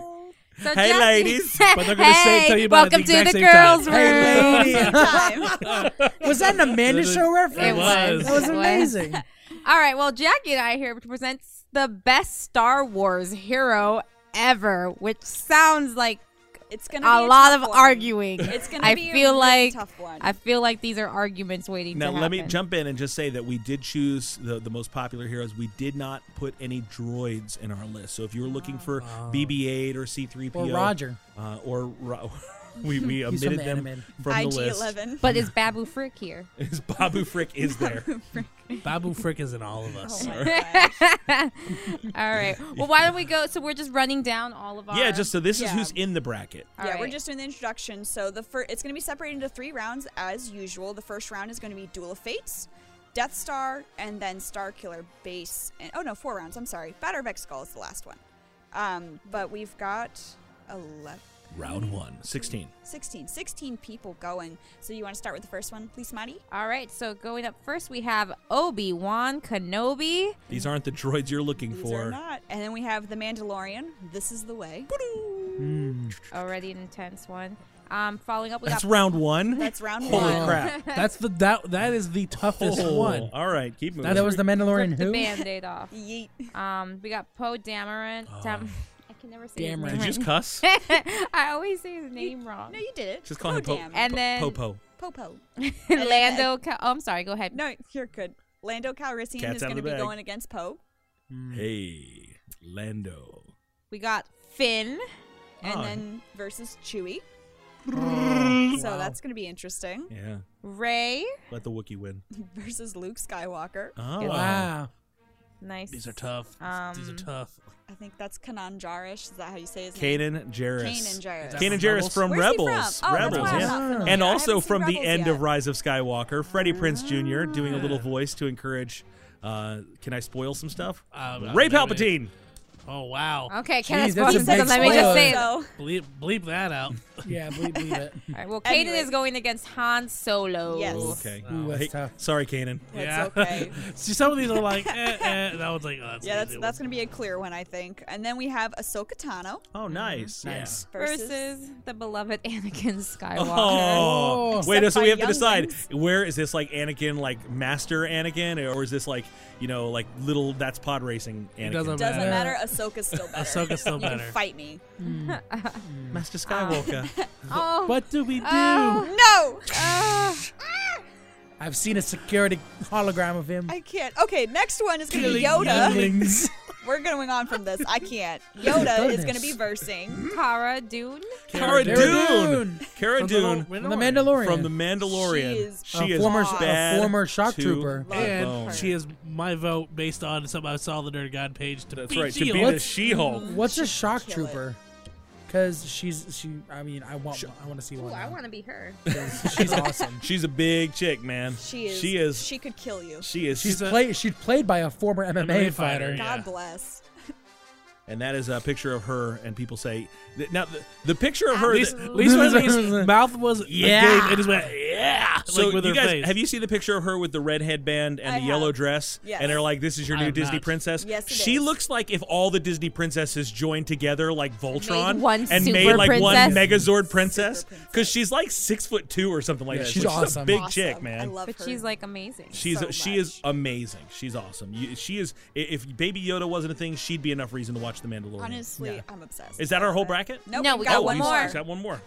Speaker 5: So
Speaker 1: Hey,
Speaker 5: Jackie-
Speaker 1: ladies.
Speaker 3: But they're gonna say-
Speaker 5: Hey,
Speaker 3: tell you about it at
Speaker 5: welcome
Speaker 3: the
Speaker 5: to
Speaker 3: exact
Speaker 5: the
Speaker 3: same time.
Speaker 5: girls' room.
Speaker 4: Hey, lady.
Speaker 6: Time.
Speaker 4: was that an Amanda
Speaker 3: It
Speaker 4: Show reference?
Speaker 5: It was.
Speaker 3: was.
Speaker 4: That was
Speaker 5: It was.
Speaker 4: amazing.
Speaker 5: All right, well, Jackie and I are here to present the best Star Wars hero ever, which sounds like
Speaker 6: It's going to be
Speaker 5: a lot
Speaker 6: tough
Speaker 5: of
Speaker 6: one.
Speaker 5: arguing.
Speaker 6: It's going
Speaker 5: I
Speaker 6: to be a
Speaker 5: feel
Speaker 6: really
Speaker 5: like
Speaker 6: tough one.
Speaker 5: I feel like these are arguments waiting
Speaker 1: Now
Speaker 5: to
Speaker 1: let me
Speaker 5: happen.
Speaker 1: jump in and just say that we did choose the, the most popular heroes. We did not put any droids in our list. So if you were looking for BB-8 or C-3PO
Speaker 4: Or Roger.
Speaker 1: uh, or Ro- we we
Speaker 4: He's from
Speaker 1: omitted
Speaker 4: the
Speaker 1: them
Speaker 4: animated.
Speaker 1: from the list.
Speaker 6: IG-11.
Speaker 5: But is Babu Frick here?
Speaker 1: Is Babu Frick is there?
Speaker 3: Babu Frick is in all of us.
Speaker 6: Oh my gosh.
Speaker 5: All right. Well, why don't we go? So we're just running down all of our.
Speaker 1: yeah, just so this is
Speaker 6: Yeah.
Speaker 1: who's in the bracket.
Speaker 5: All
Speaker 6: yeah, we're
Speaker 5: right.
Speaker 6: just doing the introduction. So the fir- it's going to be separated into three rounds as usual. The first round is going to be Duel of Fates, Death Star, and then Star Killer Base. And oh no, four rounds. I'm sorry. Batter of Skull is the last one. Um, but we've got 11,
Speaker 1: Round one. Sixteen.
Speaker 6: 16, 16 people going. So you want to start with the first one, please, Maddie?
Speaker 5: All right. So going up first, we have Obi Wan Kenobi.
Speaker 1: These aren't the droids you're looking
Speaker 6: These
Speaker 1: for.
Speaker 6: are not. And then we have The Mandalorian. This is the way.
Speaker 5: Already an intense one. Um, following up, we
Speaker 1: That's
Speaker 5: got
Speaker 1: round one.
Speaker 6: That's round
Speaker 1: Holy
Speaker 6: one.
Speaker 1: crap!
Speaker 3: That's the that that is the toughest
Speaker 1: Oh,
Speaker 3: one.
Speaker 1: All right, keep moving.
Speaker 4: That was the Mandalorian
Speaker 5: rip the
Speaker 4: who?
Speaker 5: band-aid off.
Speaker 6: Yeet.
Speaker 5: Um, we got Poe Dameron. Dam- I can never say
Speaker 4: Dameron.
Speaker 5: his
Speaker 1: Did
Speaker 5: name.
Speaker 1: you just cuss?
Speaker 5: right. I always say his name wrong.
Speaker 6: No, you did it.
Speaker 1: Just call him
Speaker 6: oh,
Speaker 1: Po-
Speaker 6: damn.
Speaker 5: And then-
Speaker 1: Popo.
Speaker 6: Popo.
Speaker 5: Lando. Cal- oh, I'm sorry. Go ahead.
Speaker 6: No, you're good. Lando Calrissian
Speaker 1: Cat's
Speaker 6: is
Speaker 1: out of
Speaker 6: going to
Speaker 1: the
Speaker 6: be
Speaker 1: bag.
Speaker 6: going against Poe.
Speaker 1: Hey, Lando.
Speaker 5: We got Finn.
Speaker 6: and
Speaker 1: Oh.
Speaker 6: then versus Chewy. So that's going to be interesting.
Speaker 1: Yeah.
Speaker 5: Ray
Speaker 1: Let the Wookiee win.
Speaker 6: Versus Luke Skywalker.
Speaker 1: Oh.
Speaker 4: Wow.
Speaker 5: Nice.
Speaker 3: These are tough. These are
Speaker 5: Um,
Speaker 3: tough.
Speaker 6: I think that's Kanan Jarish. Is that how you say his name?
Speaker 1: Kanan Jarrus.
Speaker 6: Kanan Jarrus.
Speaker 1: Kanan Jarrus from
Speaker 6: Where's he from?
Speaker 1: Rebels.
Speaker 6: Oh, that's
Speaker 1: Rebels,
Speaker 4: why I'm
Speaker 1: yeah.
Speaker 4: not familiar.
Speaker 1: And
Speaker 6: I haven't
Speaker 1: also
Speaker 6: seen
Speaker 1: from the
Speaker 6: Rebels
Speaker 1: end
Speaker 6: yet. Ah.
Speaker 1: of Rise of Skywalker, Freddie Prince Jr. doing a little voice to encourage. Uh, can I spoil some stuff?
Speaker 3: Uh,
Speaker 1: Ray
Speaker 3: do it.
Speaker 1: Palpatine.
Speaker 3: Oh wow.
Speaker 5: Okay,
Speaker 4: Jeez,
Speaker 5: can
Speaker 4: that's
Speaker 5: I spoil
Speaker 4: a
Speaker 5: some
Speaker 4: big
Speaker 5: stuff? Let me just
Speaker 4: spoiler.
Speaker 5: say. All
Speaker 6: So,
Speaker 3: Bleep, bleep that out.
Speaker 4: Yeah, believe, believe it.
Speaker 5: right. Well, Kanan
Speaker 6: Anyway.
Speaker 5: is going against Han Solo.
Speaker 6: Yes.
Speaker 1: Oh, okay.
Speaker 4: Ooh, that's tough.
Speaker 1: Sorry, Kanan.
Speaker 3: yeah.
Speaker 6: That's okay.
Speaker 3: See, some of these are like, eh, eh. That one's like, oh, that's
Speaker 6: yeah,
Speaker 3: an
Speaker 6: that's
Speaker 3: easy
Speaker 6: that's
Speaker 3: one.
Speaker 6: going to be a clear one, I think. And then we have Ahsoka Tano
Speaker 1: Oh, nice.
Speaker 3: Nice.
Speaker 6: versus.
Speaker 5: Versus the beloved Anakin Skywalker.
Speaker 1: Oh,
Speaker 4: Oh.
Speaker 1: wait.
Speaker 6: Except
Speaker 1: So we
Speaker 6: by
Speaker 1: have to decide
Speaker 6: younglings.
Speaker 1: where is this like Anakin, like Master Anakin, or is this like you know like little that's pod racing Anakin?
Speaker 3: doesn't
Speaker 6: Doesn't
Speaker 3: Yeah.
Speaker 6: matter. Ahsoka's still better.
Speaker 3: Ahsoka's still
Speaker 6: you
Speaker 3: better.
Speaker 6: Can fight me.
Speaker 1: Master Skywalker.
Speaker 6: Ah.
Speaker 5: Oh,
Speaker 4: What do we do?
Speaker 6: No,
Speaker 4: I've seen a security hologram of him.
Speaker 6: I can't. Okay, next one is going to be
Speaker 4: Killing
Speaker 6: Yoda.
Speaker 4: younglings.
Speaker 6: We're going on from this. I can't. Yoda is
Speaker 4: goodness.
Speaker 6: going to be versing.
Speaker 5: Cara Dune.
Speaker 1: Cara
Speaker 4: Cara
Speaker 1: Dune.
Speaker 4: Dune.
Speaker 1: Cara
Speaker 3: From the Mandal-
Speaker 1: Dune.
Speaker 4: From the Mandalorian.
Speaker 1: From the Mandalorian,
Speaker 6: She is
Speaker 1: she
Speaker 4: a
Speaker 1: is
Speaker 4: former-
Speaker 6: a
Speaker 1: bad
Speaker 4: former shock
Speaker 1: to
Speaker 4: trooper.
Speaker 1: the
Speaker 3: And
Speaker 1: bone.
Speaker 3: she is my vote based on something I saw on the Nerd God page to
Speaker 1: That's
Speaker 3: beat
Speaker 1: right. To
Speaker 3: Shield.
Speaker 1: be the
Speaker 4: What's-
Speaker 1: She-Hulk.
Speaker 4: What's a shock
Speaker 6: kill it.
Speaker 4: trooper? Because she's she. I mean, I want. I want to see one.
Speaker 5: Ooh, I
Speaker 4: now.
Speaker 5: want to be her.
Speaker 4: 'Cause she's awesome.
Speaker 1: She's a big chick, man.
Speaker 6: She is.
Speaker 1: She is. She,
Speaker 6: She could kill you.
Speaker 1: is.
Speaker 4: She's
Speaker 3: a-
Speaker 4: played. She's played by a former MMA,
Speaker 3: MMA
Speaker 4: fighter.
Speaker 3: fighter.
Speaker 6: God
Speaker 3: Yeah.
Speaker 6: bless.
Speaker 1: and that is a picture of her. And people say th- now the, the picture of her.
Speaker 3: Least,
Speaker 1: that-
Speaker 3: least when his mouth was
Speaker 1: Yeah.
Speaker 3: agape, it just went yeah.
Speaker 1: so
Speaker 3: like with
Speaker 1: you
Speaker 3: her
Speaker 1: guys,
Speaker 3: face.
Speaker 1: have you seen the picture of her with the red headband and
Speaker 6: I
Speaker 1: the yellow
Speaker 6: have.
Speaker 1: dress?
Speaker 6: Yes.
Speaker 1: And they're like, "This is your
Speaker 3: I
Speaker 1: new
Speaker 3: have
Speaker 1: Disney
Speaker 3: not.
Speaker 1: princess."
Speaker 6: Yes, it
Speaker 1: she
Speaker 6: is.
Speaker 1: looks like if all the Disney princesses joined together, like Voltron,
Speaker 5: one
Speaker 1: and
Speaker 5: super
Speaker 1: made like one
Speaker 5: princess.
Speaker 1: Megazord princess,
Speaker 6: Super princess.
Speaker 1: because she's like six foot two or something like
Speaker 4: Yeah,
Speaker 1: that.
Speaker 4: she's
Speaker 1: Like, a
Speaker 4: awesome.
Speaker 1: big
Speaker 6: Awesome.
Speaker 1: chick, man.
Speaker 6: I love
Speaker 5: But
Speaker 6: her.
Speaker 5: she's like amazing.
Speaker 1: She's
Speaker 6: so
Speaker 1: she is
Speaker 6: much.
Speaker 1: amazing. She's awesome. You, she is. i- If Baby Yoda wasn't a thing, she'd be enough reason to watch The Mandalorian.
Speaker 6: Honestly,
Speaker 4: Yeah.
Speaker 6: I'm obsessed.
Speaker 1: Is that our whole bracket?
Speaker 6: Nope,
Speaker 5: No, we
Speaker 1: oh,
Speaker 5: got one
Speaker 1: we-
Speaker 5: more.
Speaker 1: Got one more.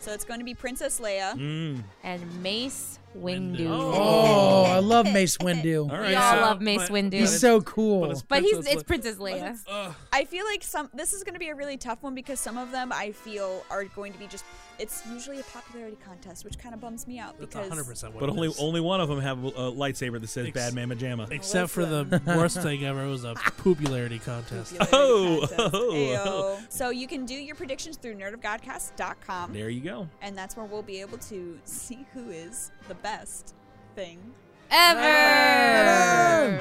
Speaker 6: So it's going to be Princess Leia.
Speaker 1: Mm.
Speaker 5: And Mace Windu.
Speaker 4: Oh, I love Mace Windu.
Speaker 1: All
Speaker 5: We
Speaker 1: right.
Speaker 5: all
Speaker 1: so-
Speaker 5: love Mace
Speaker 3: but-
Speaker 5: Windu.
Speaker 3: but
Speaker 4: He's
Speaker 3: it's-
Speaker 4: so cool.
Speaker 3: it's-
Speaker 5: but he's
Speaker 3: Oh. Princess
Speaker 5: it's
Speaker 3: Leia.
Speaker 5: Princess Leia.
Speaker 3: Ugh.
Speaker 6: I feel like some. This is going to be a really tough one because some of them I feel are going to be just. It's usually a popularity contest, which kind of bums me out
Speaker 3: That's
Speaker 6: because
Speaker 3: 100% what
Speaker 1: but
Speaker 3: it
Speaker 1: only
Speaker 3: is.
Speaker 1: only one of them have a lightsaber that says
Speaker 3: Ex-
Speaker 1: "Bad Mama Jamma."
Speaker 3: Except for the worst thing ever was a popularity contest.
Speaker 6: popularity
Speaker 1: Oh,
Speaker 6: contest.
Speaker 1: oh,
Speaker 6: Ayo.
Speaker 1: oh.
Speaker 6: So you can do your predictions through nerdofgodcast.com,
Speaker 1: there you go.
Speaker 6: and that's where we'll be able to see who is the best thing.
Speaker 5: Ever.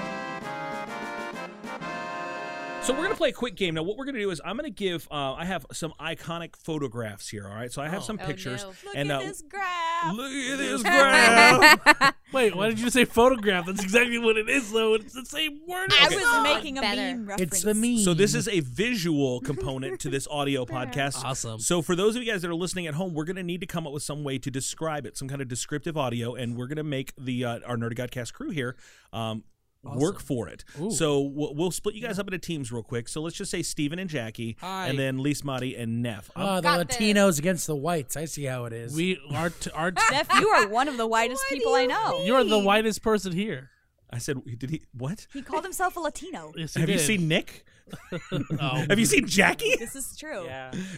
Speaker 1: So we're gonna play a quick game now. What we're gonna do is I'm gonna give. Uh, I have some iconic photographs here. All right, so I have
Speaker 3: Oh.
Speaker 1: some
Speaker 5: Oh,
Speaker 1: pictures.
Speaker 5: no.
Speaker 6: Look
Speaker 1: and
Speaker 6: at
Speaker 1: uh,
Speaker 6: this graph.
Speaker 1: Look at this graph.
Speaker 3: Wait, why did you say photograph? That's exactly what it is, though. It's the same word.
Speaker 6: I
Speaker 1: Okay.
Speaker 6: was making a
Speaker 5: Better.
Speaker 6: meme reference.
Speaker 4: It's the meme.
Speaker 1: So this is a visual component to this audio podcast.
Speaker 3: Awesome.
Speaker 1: So for those of you guys that are listening at home, we're going to need to come up with some way to describe it, some kind of descriptive audio, and we're going to make the uh, our Nerd Godcast crew here. Um, Work for it.
Speaker 3: Ooh.
Speaker 1: So we'll, we'll split you guys up into teams real quick. So let's just say Steven and Jackie,
Speaker 3: Hi. Uh,
Speaker 1: and then Lise Motti and Neff. Um, I'm-
Speaker 4: Oh, the
Speaker 5: Got this.
Speaker 4: Latinos against the whites. I see how it is.
Speaker 3: We are. T- our t-
Speaker 6: Jeff, you are one of the whitest
Speaker 5: What do
Speaker 6: people I
Speaker 5: you
Speaker 6: know.
Speaker 3: you're the whitest person here.
Speaker 1: I said, did he? What?
Speaker 6: He called himself a Latino.
Speaker 3: Yes,
Speaker 1: Have you
Speaker 3: did.
Speaker 1: seen Nick?
Speaker 3: Oh.
Speaker 1: Have you seen Jackie?
Speaker 6: This is true.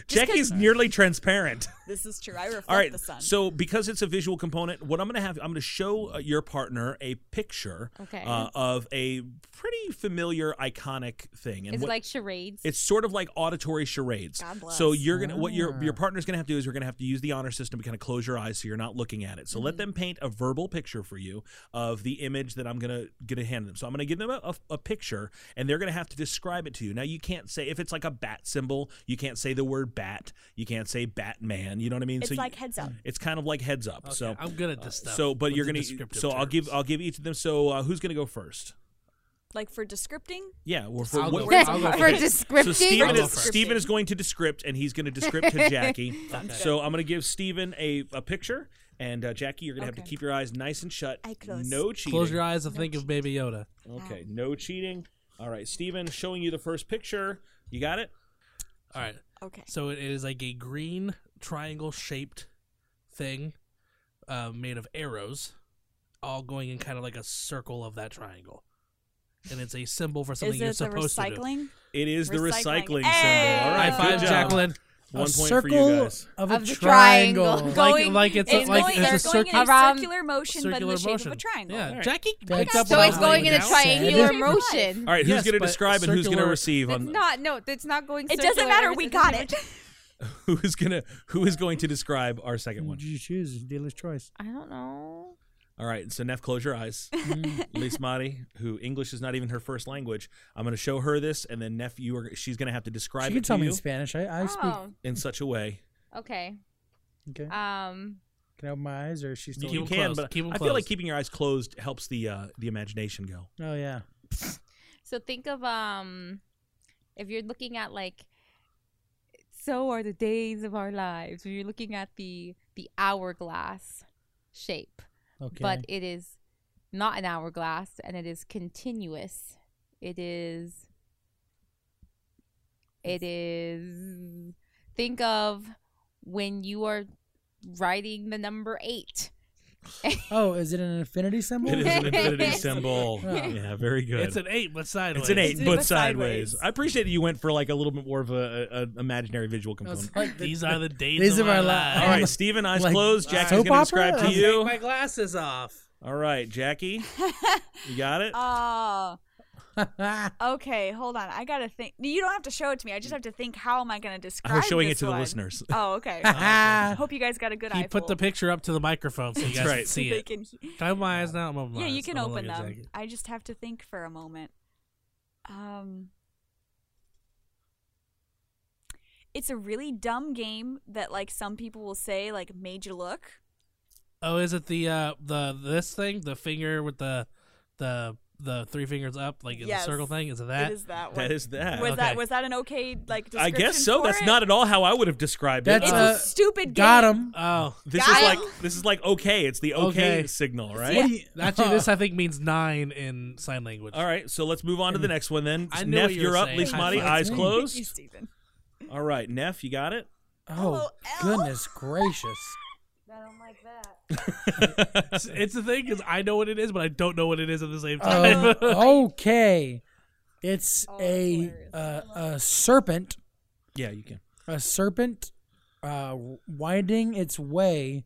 Speaker 1: Jackie's nearly transparent.
Speaker 6: This is true. I reflect
Speaker 1: All right.
Speaker 6: the sun.
Speaker 1: So because it's a visual component, what I'm going to have, I'm going to show uh, your partner a picture
Speaker 5: Okay.
Speaker 1: uh, of a pretty familiar, iconic thing.
Speaker 5: Is it
Speaker 1: what-
Speaker 5: like charades?
Speaker 1: it's sort of like auditory charades.
Speaker 6: God bless. Ah.
Speaker 1: So you're gonna what your your partner's gonna have to do is you're gonna have to use the honor system to kind of close your eyes so you're not looking at it. So
Speaker 6: Mm-hmm.
Speaker 1: let them paint a verbal picture for you of the image that I'm gonna gonna hand them. So I'm gonna give them a, a, a picture and they're gonna have to describe it to you. Now you can't say if it's like a bat symbol, you can't say the word bat. You can't say Batman. You know what I mean?
Speaker 6: it's
Speaker 1: so you-
Speaker 6: like heads
Speaker 3: Mm.
Speaker 6: up.
Speaker 1: it's kind of like heads up. So uh,
Speaker 3: I'm good at this stuff.
Speaker 1: so but
Speaker 3: with
Speaker 1: you're
Speaker 3: the
Speaker 1: gonna
Speaker 3: descriptive
Speaker 1: so I'll give
Speaker 3: terms.
Speaker 1: I'll give each of them. So uh, who's gonna go first?
Speaker 6: Like for descripting,
Speaker 1: Yeah, or for
Speaker 3: I'll
Speaker 1: what-
Speaker 3: go
Speaker 1: where-
Speaker 3: I'll go
Speaker 5: for
Speaker 3: first.
Speaker 1: so
Speaker 5: descriptive.
Speaker 1: Steven
Speaker 3: I'll
Speaker 1: is,
Speaker 3: go first.
Speaker 1: Steven is going to descript, and he's going to descript to Jackie. So I'm going to give Steven a, a picture, and uh, Jackie, you're going to have
Speaker 6: Okay.
Speaker 1: to keep your eyes nice and shut.
Speaker 6: Eye closed.
Speaker 1: No cheating.
Speaker 3: Close your eyes and think of Baby Yoda.
Speaker 1: Okay, no cheating. All right, Steven, showing you the first picture. You got it?
Speaker 3: All right.
Speaker 6: okay.
Speaker 3: So it is like a green triangle shaped thing uh, made of arrows, all going in kind of like a circle of that triangle. And it's a symbol for something
Speaker 6: Is
Speaker 3: you're
Speaker 6: it the
Speaker 3: supposed to do.
Speaker 6: recycling?
Speaker 1: It is the
Speaker 6: Recycling.
Speaker 1: recycling symbol.
Speaker 6: Hey!
Speaker 1: All right,
Speaker 3: High
Speaker 1: good
Speaker 3: five,
Speaker 1: job.
Speaker 3: Jacqueline.
Speaker 4: a
Speaker 1: One point for
Speaker 4: circle
Speaker 1: you guys.
Speaker 4: of a
Speaker 5: Of the
Speaker 4: triangle.
Speaker 5: triangle.
Speaker 3: Like-
Speaker 5: Going-
Speaker 3: like it's a-
Speaker 6: It's
Speaker 3: like
Speaker 6: going,
Speaker 3: it's a
Speaker 6: they're going
Speaker 3: circ-
Speaker 6: in a
Speaker 5: Around-
Speaker 6: circular motion, but in
Speaker 3: circular
Speaker 6: the shape
Speaker 3: motion.
Speaker 6: of a triangle.
Speaker 3: Yeah,
Speaker 1: Alright.
Speaker 3: Jackie
Speaker 4: That's
Speaker 3: picks up.
Speaker 4: So
Speaker 5: So
Speaker 3: on
Speaker 5: it's
Speaker 3: that
Speaker 5: going
Speaker 3: one
Speaker 5: in a
Speaker 3: down.
Speaker 5: triangular
Speaker 4: Sad.
Speaker 5: motion.
Speaker 1: All right,
Speaker 3: Yes,
Speaker 1: who's going to
Speaker 3: but
Speaker 1: describe and who's going to
Speaker 3: circular-
Speaker 1: receive
Speaker 5: It's
Speaker 1: on
Speaker 5: not. No, it's not going.
Speaker 6: It doesn't
Speaker 5: circular.
Speaker 6: matter. We
Speaker 5: It's
Speaker 6: got
Speaker 5: not-
Speaker 6: it.
Speaker 1: who is going to who is going to describe our second one?
Speaker 4: Did you choose It's dealer's choice?
Speaker 5: I don't know.
Speaker 1: All right, so Neff, close your eyes.
Speaker 4: Mm.
Speaker 1: Lise Mati, who English is not even her first language, I'm going to show her this, and then Neff, you are she's going to have to describe it
Speaker 4: She can
Speaker 1: to
Speaker 4: tell me
Speaker 1: you
Speaker 4: in Spanish. I, I speak.
Speaker 5: Oh,
Speaker 1: in such a way.
Speaker 5: okay.
Speaker 4: Okay.
Speaker 5: Um.
Speaker 4: can I open my eyes, or she's
Speaker 3: You
Speaker 4: still?
Speaker 3: keep
Speaker 1: You
Speaker 3: 'em
Speaker 1: can,
Speaker 3: closed,
Speaker 1: but
Speaker 3: keep 'em
Speaker 1: I feel like
Speaker 3: closed.
Speaker 1: keeping your eyes closed helps the uh, the imagination go.
Speaker 4: Oh yeah.
Speaker 5: So think of um, if you're looking at like, so are the days of our lives. When you're looking at the the hourglass shape,
Speaker 4: Okay.
Speaker 5: but it is not an hourglass, and it is continuous. It is. It is. Think of when you are writing the number eight.
Speaker 4: oh, is it an infinity symbol?
Speaker 1: It is an infinity
Speaker 5: Yes.
Speaker 1: symbol.
Speaker 4: Yeah.
Speaker 1: Yeah, very good.
Speaker 3: It's an eight, but sideways.
Speaker 1: It's an eight,
Speaker 6: It's
Speaker 1: but
Speaker 6: but
Speaker 1: sideways.
Speaker 6: sideways.
Speaker 1: I appreciate that you went for like a little bit more of a, a, a imaginary visual component.
Speaker 3: These are the days.
Speaker 4: These
Speaker 3: of
Speaker 4: are
Speaker 3: our
Speaker 4: our li-
Speaker 3: lives.
Speaker 1: All right, Steven, eyes
Speaker 4: Like
Speaker 1: closed. Jackie's
Speaker 4: soap
Speaker 1: going to describe to
Speaker 4: opera? I'll
Speaker 1: you.
Speaker 3: my glasses off.
Speaker 1: All right, Jackie, you got it.
Speaker 6: Oh,
Speaker 4: All
Speaker 6: okay. Hold on. I gotta think. You don't have to show it to me. I just have to think how am I gonna describe.
Speaker 1: I was showing it
Speaker 6: this
Speaker 1: to the
Speaker 6: one?
Speaker 1: listeners.
Speaker 6: Oh, okay.
Speaker 4: Ah.
Speaker 6: Hope you guys got a good
Speaker 3: He
Speaker 6: eye.
Speaker 3: put the picture up to the microphone so you guys
Speaker 1: right.
Speaker 3: can see
Speaker 6: They
Speaker 3: it.
Speaker 6: can he-
Speaker 3: Can I open my eyes now? I'm open my
Speaker 6: yeah, you
Speaker 3: eyes.
Speaker 6: can
Speaker 3: I'm
Speaker 6: open
Speaker 3: looking at
Speaker 6: them.
Speaker 3: Jackie.
Speaker 6: I just have to think for a moment. Um, it's a really dumb game that like some people will say like made you look.
Speaker 3: Oh, is it the uh the this thing? The finger with the the the three fingers up, like in
Speaker 6: Yes.
Speaker 3: the circle thing? Is it that?
Speaker 6: it is that one.
Speaker 1: That is that.
Speaker 6: was
Speaker 3: Okay.
Speaker 6: that was that an okay like? Description
Speaker 1: I guess so.
Speaker 6: for
Speaker 1: That's
Speaker 6: it?
Speaker 1: not at all how I would have described it.
Speaker 4: That's
Speaker 6: It's
Speaker 1: Uh,
Speaker 4: Uh,
Speaker 6: a stupid
Speaker 4: Got
Speaker 6: game.
Speaker 4: him.
Speaker 3: oh.
Speaker 1: this
Speaker 6: got
Speaker 1: is
Speaker 6: it.
Speaker 1: like this is like okay. It's the okay,
Speaker 3: Okay.
Speaker 1: signal, right?
Speaker 4: What do you-
Speaker 3: Actually this I think means nine in sign language.
Speaker 1: All right, so let's move on to the next one then.
Speaker 3: I knew
Speaker 1: Neff,
Speaker 3: what you were
Speaker 1: are up.
Speaker 3: saying.
Speaker 1: Lise
Speaker 3: High
Speaker 1: Mati,
Speaker 3: five.
Speaker 1: eyes
Speaker 4: Thank
Speaker 6: Thank you,
Speaker 1: closed.
Speaker 6: Stephen.
Speaker 1: All right, Neff, you got it.
Speaker 4: Oh goodness gracious.
Speaker 3: It's, it's the thing is I know what it is, but I don't know what it is at the same time.
Speaker 1: Oh.
Speaker 4: Uh, okay. It's a, uh, a serpent,
Speaker 1: yeah, you can.
Speaker 4: a serpent uh, winding its way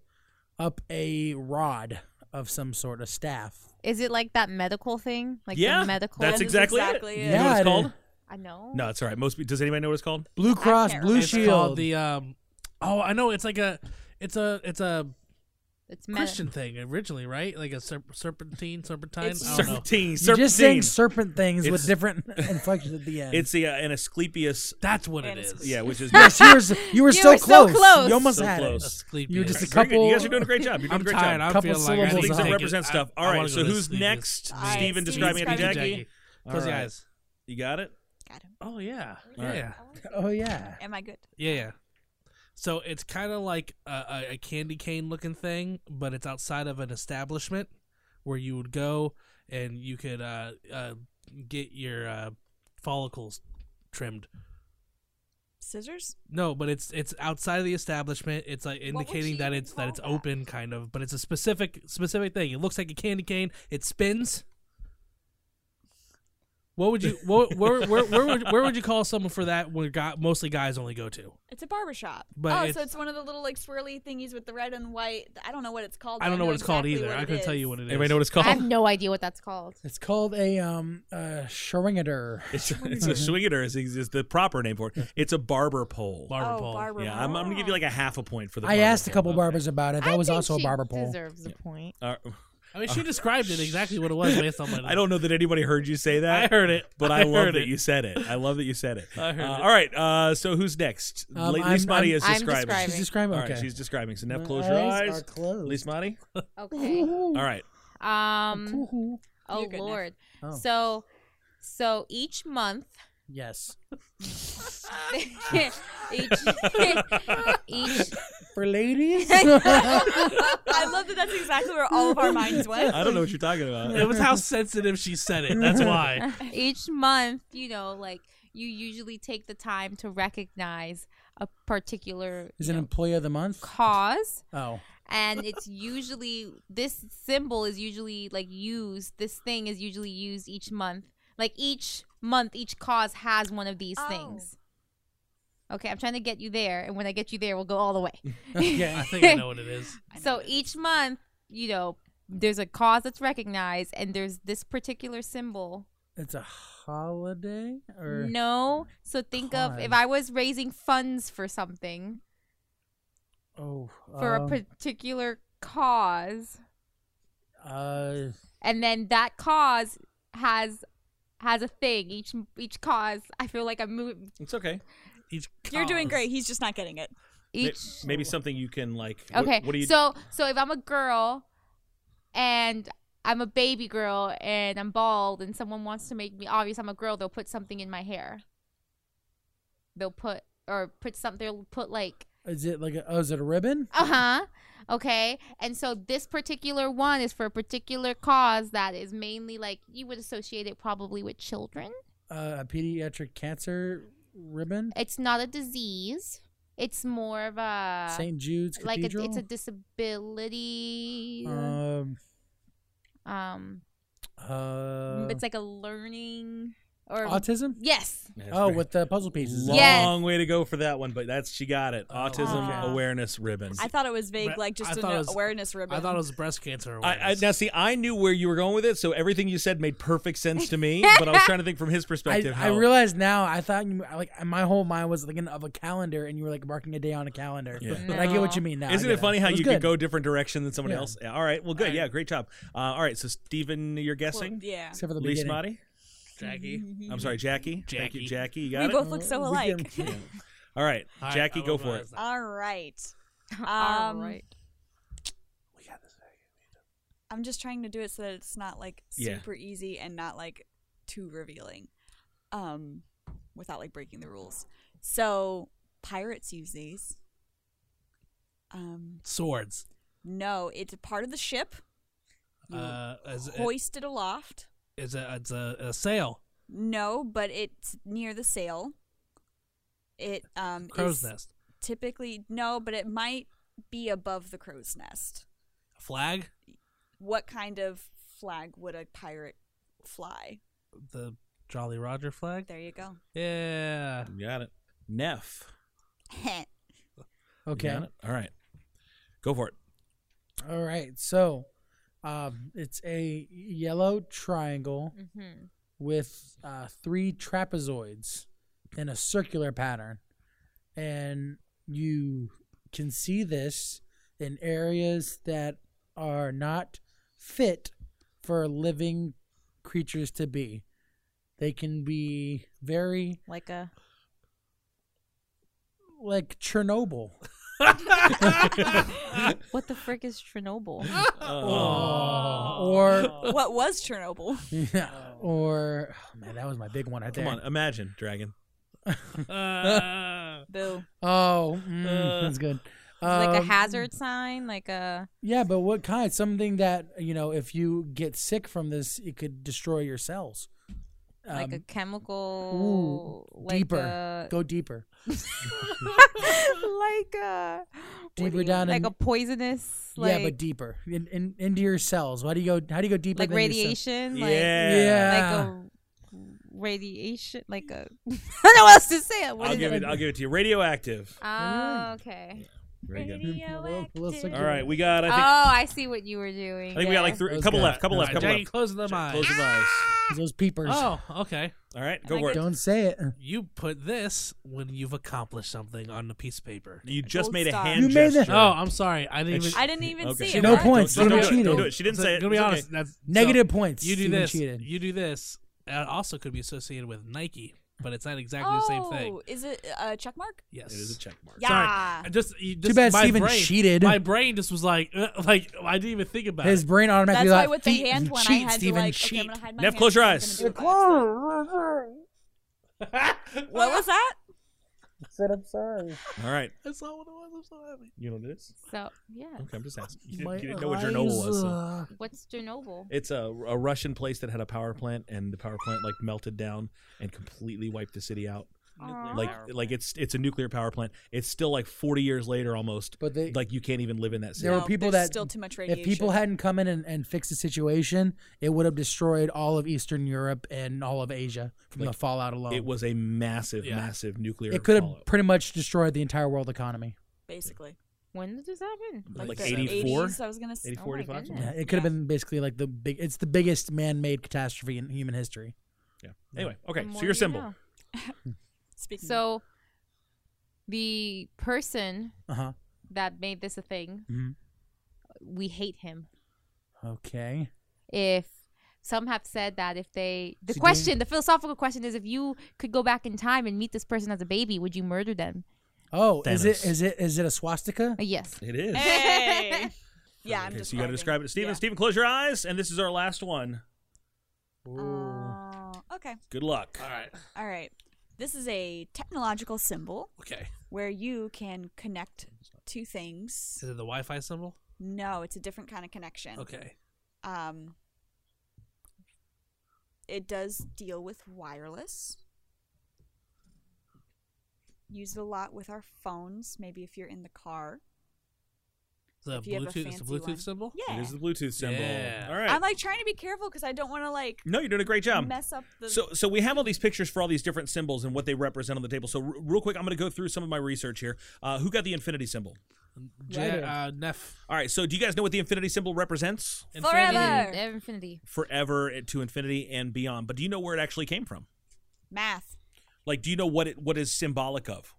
Speaker 4: up a rod of some sort, a staff.
Speaker 5: Is it like that medical thing? Like
Speaker 1: yeah,
Speaker 5: the medical.
Speaker 1: That's
Speaker 6: That is
Speaker 1: exactly,
Speaker 6: exactly
Speaker 1: it.
Speaker 6: it.
Speaker 1: You know what
Speaker 4: Yeah,
Speaker 1: it's
Speaker 4: it
Speaker 1: called?
Speaker 4: is.
Speaker 5: I know.
Speaker 1: No, it's all right. Most pe- does anybody know what it's called?
Speaker 4: Blue Cross,
Speaker 6: can't
Speaker 4: Blue
Speaker 3: it's
Speaker 4: Shield.
Speaker 3: called the um Oh, I know it's like a it's a it's a
Speaker 5: It's meta.
Speaker 3: Christian thing originally, right? Like a serp- serpentine, serpentine.
Speaker 6: It's-
Speaker 3: I don't know.
Speaker 1: Serpentine.
Speaker 4: You're just saying
Speaker 1: serpentine.
Speaker 4: serpent things
Speaker 1: It's-
Speaker 4: with different inflections at the end.
Speaker 1: it's the uh, an Asclepius.
Speaker 3: That's what it
Speaker 6: And it's-
Speaker 3: is.
Speaker 1: Yeah, which is
Speaker 4: yes, you were, you were
Speaker 5: You
Speaker 4: so,
Speaker 5: were so
Speaker 4: close.
Speaker 5: close.
Speaker 4: You almost
Speaker 1: So
Speaker 4: had
Speaker 1: close.
Speaker 4: it.
Speaker 3: Asclepius.
Speaker 4: You were just a
Speaker 1: Very good.
Speaker 4: couple-
Speaker 1: You guys are doing a great job. You're doing
Speaker 3: I'm
Speaker 1: a great
Speaker 3: tired.
Speaker 1: job.
Speaker 3: I'm
Speaker 4: Couple
Speaker 3: feeling like I need
Speaker 4: syllables
Speaker 3: to
Speaker 1: These
Speaker 4: off.
Speaker 3: take it.
Speaker 1: represent
Speaker 3: I-
Speaker 1: stuff.
Speaker 3: I
Speaker 1: All right,
Speaker 3: wanna go
Speaker 1: so
Speaker 3: to
Speaker 1: who's
Speaker 3: sleep.
Speaker 1: next?
Speaker 6: I-
Speaker 1: Steven
Speaker 6: Steven
Speaker 1: describing it to
Speaker 6: describing
Speaker 1: Jackie.
Speaker 6: Jackie.
Speaker 3: Close
Speaker 1: All
Speaker 3: your
Speaker 1: right.
Speaker 3: eyes.
Speaker 1: You got it.
Speaker 6: Got him.
Speaker 3: Oh yeah,
Speaker 1: All
Speaker 3: yeah,
Speaker 1: right.
Speaker 3: yeah,
Speaker 4: Oh, yeah.
Speaker 6: Am I good?
Speaker 3: yeah, yeah. So it's kind of like a, a, a candy cane looking thing, but it's outside of an establishment where you would go and you could uh, uh, get your uh, follicles trimmed.
Speaker 6: Scissors?
Speaker 3: No, but it's it's outside of the establishment. It's like
Speaker 6: would
Speaker 3: indicating
Speaker 6: you
Speaker 3: that
Speaker 6: even
Speaker 3: it's that
Speaker 6: call
Speaker 3: it's
Speaker 6: that?
Speaker 3: open, kind of. But it's a specific specific thing. It looks like a candy cane. It spins. What would you what, where, where, where would where would you call someone for that? Where got mostly guys only go to.
Speaker 6: It's a barber shop.
Speaker 3: But
Speaker 6: oh,
Speaker 3: it's-
Speaker 6: so it's one of the little like swirly thingies with the red and white. I don't know what it's called.
Speaker 3: I don't know what it's called
Speaker 6: exactly
Speaker 3: either.
Speaker 6: what
Speaker 3: I
Speaker 6: it
Speaker 3: couldn't tell
Speaker 6: is.
Speaker 3: you what it is.
Speaker 1: Anybody know what it's
Speaker 5: I
Speaker 1: called?
Speaker 5: have no idea what that's called.
Speaker 4: It's called a um uh Schwingeter.
Speaker 1: It's, it's a swingeter is, is the proper name for it. It's a barber pole.
Speaker 3: Barber
Speaker 6: Oh,
Speaker 3: pole.
Speaker 6: barber
Speaker 1: yeah, I'm, I'm gonna give you like a half a point for the.
Speaker 4: I
Speaker 1: barber
Speaker 4: asked a
Speaker 1: pole.
Speaker 4: couple
Speaker 1: Okay.
Speaker 4: barbers about it. That
Speaker 5: I
Speaker 4: was
Speaker 5: think
Speaker 4: also a
Speaker 5: she
Speaker 4: barber pole.
Speaker 5: Deserves a point.
Speaker 1: All right.
Speaker 3: I mean, she described it exactly what it was based on. My
Speaker 1: Uh, I don't know that anybody heard you say that.
Speaker 3: I heard it,
Speaker 1: but I, love
Speaker 3: heard
Speaker 1: that
Speaker 3: it.
Speaker 1: you said it. I love that you said it.
Speaker 3: I heard
Speaker 1: Uh,
Speaker 3: it.
Speaker 1: All right. Uh, so who's next?
Speaker 4: Um,
Speaker 1: Late
Speaker 4: I'm-
Speaker 1: Lise Mati
Speaker 4: I'm-
Speaker 1: is
Speaker 5: I'm
Speaker 1: describing.
Speaker 5: describing.
Speaker 4: She's describing.
Speaker 1: All
Speaker 4: Okay.
Speaker 1: right, she's describing. So now
Speaker 4: My
Speaker 1: close your
Speaker 4: eyes
Speaker 1: eyes.
Speaker 4: are closed.
Speaker 1: Lise Mati.
Speaker 5: Okay.
Speaker 1: All right.
Speaker 5: Um.
Speaker 4: Ooh.
Speaker 5: Oh
Speaker 6: You're good, Neff.
Speaker 5: Lord.
Speaker 4: Oh.
Speaker 5: So, so each month,
Speaker 4: Yes.
Speaker 5: each, each
Speaker 4: For ladies?
Speaker 6: I love that. That's exactly where all of our minds went.
Speaker 1: I don't know what you're talking about.
Speaker 3: It was how sensitive she said it. That's why.
Speaker 5: each month, you know, like you usually take the time to recognize a particular
Speaker 4: Is
Speaker 5: you
Speaker 4: it
Speaker 5: know,
Speaker 4: employee of the month?
Speaker 5: cause
Speaker 4: Oh.
Speaker 5: and it's usually this symbol is usually like used this thing is usually used each month like each month each cause has one of these
Speaker 6: Oh.
Speaker 5: things Okay, I'm trying to get you there, and when I get you there, we'll go all the way.
Speaker 3: I think I know what it is.
Speaker 5: So each month, you know, there's a cause that's recognized, and there's this particular symbol.
Speaker 4: It's a holiday, or
Speaker 5: No, so think of if
Speaker 4: Cause.
Speaker 5: I was raising funds for something
Speaker 4: oh,
Speaker 5: for
Speaker 4: um,
Speaker 5: a particular cause,
Speaker 4: uh,
Speaker 5: and then that cause has has a thing. Each each cause, I feel like I'm moving.
Speaker 1: It's okay.
Speaker 3: Each
Speaker 6: You're doing
Speaker 3: cause.
Speaker 6: great. He's just not getting it.
Speaker 1: May-
Speaker 5: Each
Speaker 1: Maybe something you can like. wh-
Speaker 5: Okay.
Speaker 1: What, do you?
Speaker 5: so so if I'm a girl and I'm a baby girl and I'm bald and someone wants to make me obvious I'm a girl, they'll put something in my hair. They'll put or put something they'll put like
Speaker 4: is it like a, oh, is it a ribbon?
Speaker 5: uh-huh. Okay. And so this particular one is for a particular cause that is mainly like you would associate it probably with children.
Speaker 4: Uh, a pediatric cancer ribbon?
Speaker 5: It's not a disease. It's more of a
Speaker 4: St. Jude's
Speaker 5: Uh, like a,
Speaker 4: Cathedral.
Speaker 5: it's a disability.
Speaker 4: um,
Speaker 5: um
Speaker 4: uh,
Speaker 5: it's like a learning or
Speaker 4: autism.
Speaker 5: yes
Speaker 1: That's
Speaker 4: Oh,
Speaker 1: very-
Speaker 4: with the puzzle pieces.
Speaker 1: long
Speaker 5: Yeah.
Speaker 1: way to go for that one, but that's she got
Speaker 4: Oh,
Speaker 1: it. Autism
Speaker 5: okay.
Speaker 1: awareness ribbon.
Speaker 6: I thought it was vague,
Speaker 3: But
Speaker 6: like
Speaker 3: I
Speaker 6: just an
Speaker 3: thought it was-
Speaker 6: awareness ribbon.
Speaker 3: I thought it was breast cancer.
Speaker 1: I, I,
Speaker 3: awareness.
Speaker 1: now, see, I knew where you were going with it, so everything you said made perfect sense to me. but I was trying to think from his
Speaker 4: I,
Speaker 1: perspective.
Speaker 4: I
Speaker 1: how-
Speaker 4: realize now. I thought you like my whole mind was thinking of a calendar, and you were like marking a day on a calendar.
Speaker 1: Yeah.
Speaker 4: But I get what you mean now. I
Speaker 1: Isn't
Speaker 4: get
Speaker 1: it funny how
Speaker 4: was
Speaker 1: you
Speaker 4: good.
Speaker 1: could go a different direction than someone
Speaker 4: Yeah.
Speaker 1: else? Yeah, All right. Well, good.
Speaker 3: I-
Speaker 1: yeah, great job. Uh, all right. So, Stephen, you're
Speaker 6: Well,
Speaker 1: guessing?
Speaker 6: yeah.
Speaker 4: Except for the
Speaker 1: Lee
Speaker 4: beginning.
Speaker 1: Smotty?
Speaker 3: Jackie.
Speaker 1: I'm sorry, Jackie. Thank you,
Speaker 3: Jackie.
Speaker 1: Jackie. You
Speaker 6: We
Speaker 1: got it?
Speaker 6: both look so
Speaker 4: We
Speaker 6: alike.
Speaker 4: can- yeah.
Speaker 1: All right.
Speaker 3: All right,
Speaker 1: Jackie,
Speaker 3: I
Speaker 1: go
Speaker 3: will
Speaker 1: for it.
Speaker 3: realize that.
Speaker 6: All right.
Speaker 5: all
Speaker 6: Um,
Speaker 5: right
Speaker 6: I'm just trying to do it so that it's not like
Speaker 1: Yeah.
Speaker 6: super easy and not like too revealing, um, without like breaking the rules. So pirates use these. Um,
Speaker 3: Swords.
Speaker 6: no, it's a part of the ship. You
Speaker 3: Uh, is, it,
Speaker 6: hoist it aloft.
Speaker 3: is a, it's a, a sail.
Speaker 6: No, but it's near the sail. It um
Speaker 3: Crow's
Speaker 6: is
Speaker 3: nest.
Speaker 6: typically no, but it might be above the crow's nest.
Speaker 3: Flag.
Speaker 6: What kind of flag would a pirate fly?
Speaker 3: The Jolly Roger flag.
Speaker 6: There you go.
Speaker 3: Yeah.
Speaker 1: You got it. Neff. You
Speaker 4: Okay.
Speaker 1: got it? All right. Go for it.
Speaker 4: All right. So, um, it's a yellow triangle
Speaker 5: Mhm.
Speaker 4: with uh, three trapezoids in a circular pattern, and you can see this in areas that are not fit for living creatures to be. They can be very
Speaker 5: like a
Speaker 4: like Chernobyl.
Speaker 5: what the frick is chernobyl
Speaker 1: Oh,
Speaker 4: oh, Or
Speaker 6: what was Chernobyl?
Speaker 4: yeah, or oh, man, that was my big one right
Speaker 1: Come
Speaker 4: there.
Speaker 1: on. Imagine, Dragon.
Speaker 3: Uh,
Speaker 6: Boo.
Speaker 4: Oh, mm, that's good.
Speaker 5: like a
Speaker 4: Um,
Speaker 5: hazard sign like a
Speaker 4: Yeah, but what kind? Something that you know, if you get sick from this, it could destroy your cells.
Speaker 5: like a
Speaker 4: Um,
Speaker 5: chemical
Speaker 4: ooh,
Speaker 5: like
Speaker 4: deeper.
Speaker 6: uh,
Speaker 5: a,
Speaker 4: Go deeper.
Speaker 5: like a what do
Speaker 4: Deeper
Speaker 5: you-
Speaker 4: down
Speaker 5: like
Speaker 4: in-
Speaker 5: a poisonous like
Speaker 4: yeah, but deeper in, in, into your cells. How do you go? How do you go deeper?
Speaker 5: like
Speaker 4: than your cell-
Speaker 5: radiation like
Speaker 1: yeah.
Speaker 4: Yeah.
Speaker 5: like a radiation like a i don't know what else to say What
Speaker 1: I'll
Speaker 5: is
Speaker 1: give it. Mm. I'll give it to you. Radioactive.
Speaker 5: oh okay
Speaker 1: Very good.
Speaker 5: Radioactive.
Speaker 1: All right. We got. I think.
Speaker 5: oh i see what you were doing
Speaker 1: I think we got like
Speaker 5: yeah.
Speaker 1: three,
Speaker 4: Those
Speaker 1: couple
Speaker 4: got-
Speaker 1: left. Couple
Speaker 3: all
Speaker 1: left.
Speaker 3: right,
Speaker 1: Couple
Speaker 3: Jackie,
Speaker 1: left.
Speaker 3: close them eyes.
Speaker 1: Close your eyes.
Speaker 4: Those peepers.
Speaker 3: Oh, okay.
Speaker 1: All right. Go
Speaker 6: I
Speaker 1: for it.
Speaker 4: Don't say it.
Speaker 3: You put this when you've accomplished something on a piece of paper.
Speaker 1: You just
Speaker 6: Gold
Speaker 1: made a
Speaker 6: star.
Speaker 1: hand
Speaker 4: You made the-
Speaker 1: gesture.
Speaker 3: Oh, I'm sorry. I didn't
Speaker 1: It's-
Speaker 3: even.
Speaker 6: I didn't even
Speaker 1: Okay.
Speaker 6: see it.
Speaker 4: No
Speaker 6: What?
Speaker 4: points.
Speaker 1: Don't, don't do it. Don't
Speaker 4: Steven cheated.
Speaker 1: do it. She didn't
Speaker 3: So,
Speaker 1: say it.
Speaker 3: gonna be
Speaker 1: It's okay.
Speaker 3: honest. That's,
Speaker 4: Negative
Speaker 3: so,
Speaker 4: points.
Speaker 3: You do
Speaker 4: Steven
Speaker 3: this.
Speaker 4: Cheated.
Speaker 3: You do this. and It also could be associated with Nike, but it's not exactly the same thing.
Speaker 6: Oh, Is it a check mark?
Speaker 3: Yes.
Speaker 1: It is a check mark.
Speaker 6: Yeah.
Speaker 3: Sorry. I just, you just
Speaker 4: bad
Speaker 3: my
Speaker 4: Steven
Speaker 3: brain,
Speaker 4: cheated.
Speaker 3: My brain just was like, uh, like I didn't even think about
Speaker 4: His
Speaker 3: it.
Speaker 4: brain automatically.
Speaker 6: That's why
Speaker 4: thought,
Speaker 6: with the
Speaker 4: "Feet,
Speaker 6: hand one, I
Speaker 4: cheat,
Speaker 6: had
Speaker 4: Steven,
Speaker 6: to like,
Speaker 4: cheat.
Speaker 6: okay, I'm gonna hide my
Speaker 1: Nev,
Speaker 6: hand,
Speaker 1: close your
Speaker 6: I'm
Speaker 1: eyes.
Speaker 6: gonna do it by accident. What was that?
Speaker 4: Said I'm sorry.
Speaker 1: All right.
Speaker 3: That's not what it was. I'm so happy.
Speaker 1: You don't do this.
Speaker 5: so yeah
Speaker 1: Okay, I'm just asking. You didn't,
Speaker 4: My
Speaker 1: you didn't know what Chernobyl was. so-
Speaker 4: eyes, uh,
Speaker 5: what's chernobyl
Speaker 1: It's a, a Russian place that had a power plant, and the power plant like melted down and completely wiped the city out.
Speaker 5: Aw.
Speaker 1: like
Speaker 3: power
Speaker 1: like it's it's a nuclear power plant. It's still like 40 years later almost.
Speaker 4: But they
Speaker 1: Like you can't even live in that city.
Speaker 4: There were
Speaker 6: No,
Speaker 4: people
Speaker 6: there's
Speaker 4: that-
Speaker 6: still too much radiation.
Speaker 4: if people hadn't come in and, and fixed the situation, it would have destroyed all of Eastern Europe and all of Asia from the
Speaker 1: Like,
Speaker 4: fallout alone.
Speaker 1: It was a massive,
Speaker 3: Yeah.
Speaker 1: massive nuclear.
Speaker 4: it could have
Speaker 1: fallout.
Speaker 4: pretty much destroyed the entire world economy.
Speaker 6: basically
Speaker 5: When did this happen?
Speaker 1: Like
Speaker 6: the
Speaker 1: 84?
Speaker 6: 80s, I was gonna say.
Speaker 1: 84,
Speaker 5: Oh my
Speaker 1: 85, something
Speaker 5: goodness.
Speaker 4: Yeah,
Speaker 1: like
Speaker 4: it could have
Speaker 6: Yeah.
Speaker 4: been basically like the big. It's the biggest man-made catastrophe in human history.
Speaker 1: that. Yeah. Anyway, okay.
Speaker 5: The
Speaker 1: So
Speaker 5: more
Speaker 1: your
Speaker 5: you
Speaker 1: symbol.
Speaker 5: know.
Speaker 6: Speaking of
Speaker 5: So the person
Speaker 4: Uh
Speaker 1: Uh-huh.
Speaker 4: huh.
Speaker 5: that made this a thing,
Speaker 4: Mhm.
Speaker 1: Mm-hmm.
Speaker 5: we hate him.
Speaker 4: Okay.
Speaker 5: If some have said that if they the
Speaker 4: So do you-
Speaker 5: question, the philosophical question is if you could go back in time and meet this person as a baby, would you murder them?
Speaker 4: Oh, is it
Speaker 1: Thanos.
Speaker 4: is it is it a swastika?
Speaker 5: Uh, yes.
Speaker 1: It is.
Speaker 6: Hey. yeah, I'm
Speaker 1: okay,
Speaker 6: just
Speaker 1: so you got to
Speaker 6: vibing.
Speaker 1: describe it, Steven.
Speaker 6: Yeah.
Speaker 1: Steven, close your eyes, and this is our last one.
Speaker 6: Uh, okay,
Speaker 1: Good luck.
Speaker 3: All right.
Speaker 6: all right. This is a technological symbol
Speaker 3: Okay.
Speaker 6: where you can connect two things.
Speaker 3: Is it the Wi-Fi symbol?
Speaker 6: No, it's a different kind of connection.
Speaker 3: Okay.
Speaker 6: Um, it does deal with wireless. Use it a lot with our phones. Maybe if you're in the car.
Speaker 3: The
Speaker 6: If you have a
Speaker 3: Bluetooth. It's a
Speaker 6: fancy
Speaker 3: Bluetooth
Speaker 6: one.
Speaker 3: symbl
Speaker 6: Yeah.
Speaker 1: It is the Bluetooth symbol.
Speaker 3: Yeah.
Speaker 1: All right.
Speaker 6: I'm like trying to be careful because I don't want to like
Speaker 1: no, you're doing a great job.
Speaker 6: mess up the.
Speaker 1: So, so we have all these pictures for all these different symbols and what they represent on the table. So, r- real quick, I'm going to go through some of my research here. Uh, who got the infinity symbol?
Speaker 3: J-
Speaker 4: Right.
Speaker 3: uh, Neff.
Speaker 1: All right. So, do you guys know what the infinity symbol represents?
Speaker 3: Infinity.
Speaker 6: Forever.
Speaker 5: Infinity. Infinity.
Speaker 1: Forever eh, to infinity and beyond. But do you know where it actually came from?
Speaker 6: math.
Speaker 1: Like, do you know what it what is symbolic of?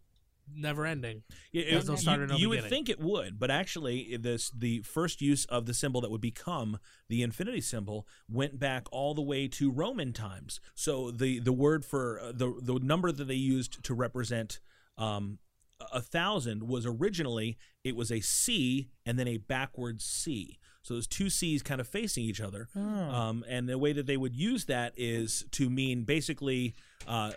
Speaker 3: Never ending.
Speaker 1: It-
Speaker 3: There's
Speaker 1: it-
Speaker 3: no
Speaker 1: you-
Speaker 3: start or no
Speaker 1: you would
Speaker 3: beginning.
Speaker 1: think it would, but actually, this the first use of the symbol that would become the infinity symbol went back all the way to Roman times. So the the word for uh, the the number that they used to represent um, a- a thousand was originally it was a C and then a backwards C. So those two C's kind of facing each other.
Speaker 4: Oh.
Speaker 1: Um, and the way that they would use that is to mean basically uh,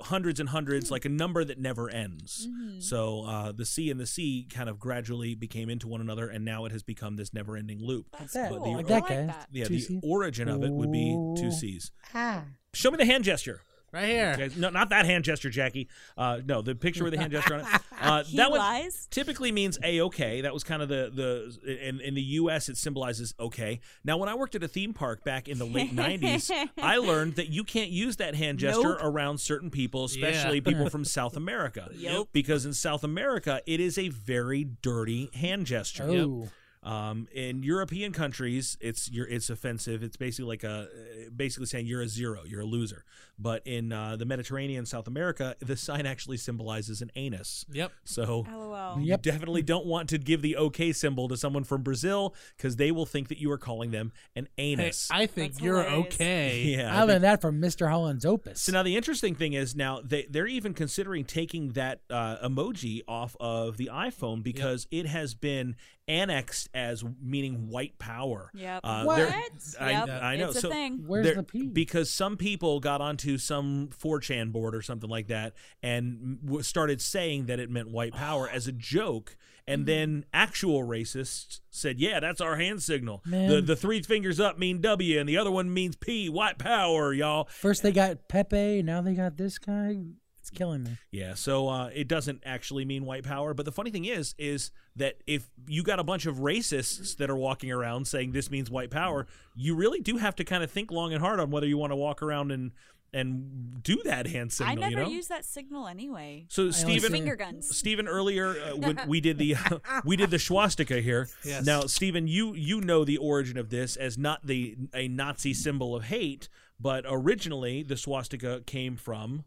Speaker 1: hundreds and hundreds, like a number that never
Speaker 6: Hmm.
Speaker 1: ends.
Speaker 6: Mm-hmm. Mm.
Speaker 1: So uh, the C and the C kind of gradually became into one another, and now it has become this never-ending loop.
Speaker 6: That's
Speaker 4: that.
Speaker 6: cool.
Speaker 1: But the-
Speaker 6: I
Speaker 1: Like
Speaker 4: that
Speaker 6: like
Speaker 4: guy.
Speaker 6: that.
Speaker 1: Yeah,
Speaker 4: Two
Speaker 1: the
Speaker 4: Cs?
Speaker 1: origin of it would be two
Speaker 4: Ooh.
Speaker 1: C's.
Speaker 5: Ah.
Speaker 1: Show me the hand gesture.
Speaker 3: Right here.
Speaker 1: Okay, No, not that hand gesture, Jackie. Uh, no, the picture with the hand gesture on it. Uh,
Speaker 6: He
Speaker 1: that one
Speaker 6: lies.
Speaker 1: typically means a okay. That was kind of the the in, in the U.S. it symbolizes okay. Now, when I worked at a theme park back in the late '90s, I learned that you can't use that hand gesture
Speaker 6: Nope.
Speaker 1: around certain people, especially
Speaker 3: Yeah.
Speaker 1: people from South America,
Speaker 6: Yep.
Speaker 1: because in South America it is a very dirty hand gesture.
Speaker 4: Oh.
Speaker 1: Um, in European countries, it's you're, it's offensive. It's basically like a basically saying you're a zero, you're a loser. But in uh, the Mediterranean, South America, the sign actually symbolizes an anus.
Speaker 3: Yep.
Speaker 1: So
Speaker 6: LOL.
Speaker 4: Yep.
Speaker 1: you definitely don't want to give the OK symbol to someone from Brazil because they will think that you are calling them an
Speaker 3: Hey,
Speaker 1: anus.
Speaker 3: I think
Speaker 6: That's
Speaker 3: you're
Speaker 6: hilarious.
Speaker 3: okay.
Speaker 1: yeah,
Speaker 4: I,
Speaker 1: I think-
Speaker 4: learned that from Mr. Holland's Opus.
Speaker 1: so now the interesting thing is now they they're even considering taking that uh, emoji off of the iPhone because it has been annexed as meaning white power.
Speaker 6: Yep.
Speaker 1: Uh,
Speaker 4: What?
Speaker 1: they're- I,
Speaker 6: Yep.
Speaker 1: I know.
Speaker 6: It's a
Speaker 1: so
Speaker 6: thing.
Speaker 4: Where's
Speaker 1: there-
Speaker 4: the P?
Speaker 1: Because some people got onto some 4chan board or something like that and w- started saying that it meant white power as a joke.
Speaker 4: Mm-hmm.
Speaker 1: And then actual racists said, "Yeah, that's our hand signal. The
Speaker 4: Man.
Speaker 1: the three fingers up mean W, and the other one means P. White power, y'all."
Speaker 4: First they got Pepe, now they got this guy. It's killing me.
Speaker 1: Yeah, so uh, it doesn't actually mean white power. But the funny thing is, is that if you got a bunch of racists that are walking around saying this means white power, you really do have to kind of think long and hard on whether you want to walk around and and do that hand signal.
Speaker 6: I never
Speaker 1: you know?
Speaker 6: use that signal anyway.
Speaker 1: so Stephen,
Speaker 4: see-
Speaker 6: Finger guns.
Speaker 1: Stephen, earlier uh, when we did the uh, we did the swastika here.
Speaker 3: Yes.
Speaker 1: Now, Stephen, you you know the origin of this as not the a Nazi symbol of hate, but originally the swastika came from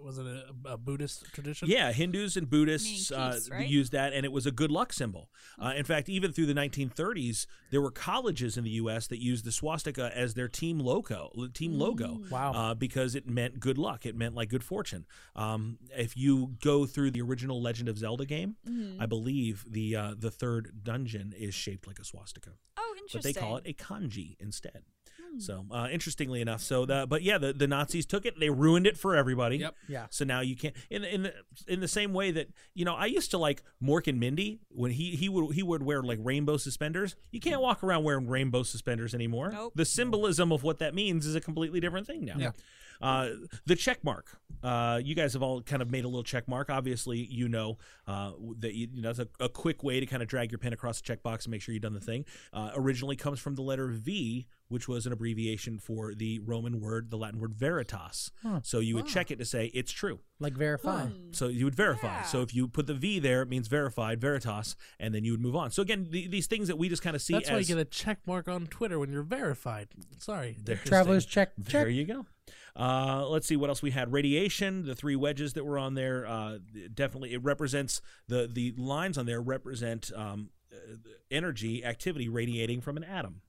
Speaker 3: Was it a, a Buddhist tradition?
Speaker 1: Yeah, Hindus and Buddhists
Speaker 6: Meaning peace,
Speaker 1: uh,
Speaker 6: right?
Speaker 1: used that, and it was a good luck symbol. Uh, in fact, even through the 1930s, there were colleges in the U.S. that used the swastika as their team logo, team
Speaker 6: Mm.
Speaker 1: logo,
Speaker 4: Wow.
Speaker 1: uh, because it meant good luck. It meant like good fortune. Um, if you go through the original Legend of Zelda game,
Speaker 6: Mm-hmm.
Speaker 1: I believe the uh, the third dungeon is shaped like a swastika
Speaker 6: Oh,
Speaker 1: but
Speaker 6: interesting.
Speaker 1: they call it a kanji instead. So, uh, interestingly enough, so the but yeah, the, the Nazis took it. They ruined it for everybody.
Speaker 3: Yep.
Speaker 4: Yeah.
Speaker 1: So now you can't in the- in the in the same way that you know I used to like Mork and Mindy when he he would he would wear like rainbow suspenders. You can't walk around wearing rainbow suspenders anymore.
Speaker 6: Nope.
Speaker 1: The symbolism of what that means is a completely different thing now.
Speaker 3: Yeah.
Speaker 1: Uh, the check mark. Uh, you guys have all kind of made a little check mark. Obviously, you know uh, that you, you know, that's a, a quick way to kind of drag your pen across the checkbox and make sure you've done the thing. Uh, originally comes from the letter V, which was an abbreviation for the Roman word, the Latin word veritas.
Speaker 4: Huh.
Speaker 1: So you would check it to say it's true.
Speaker 4: Like verify.
Speaker 1: So you would verify.
Speaker 6: Yeah.
Speaker 1: So if you put the V there, it means verified, veritas, and then you would move on. So again, the, these things that we just kind of see
Speaker 3: That's
Speaker 1: as
Speaker 3: why you get a check mark on Twitter when you're verified. Sorry.
Speaker 1: There-
Speaker 4: Travelers check.
Speaker 1: There
Speaker 4: Check.
Speaker 1: you go. Uh, let's see what else we had. Radiation, the three wedges that were on there. Uh, definitely, it represents the the lines on there represent um, uh, energy activity radiating from an atom.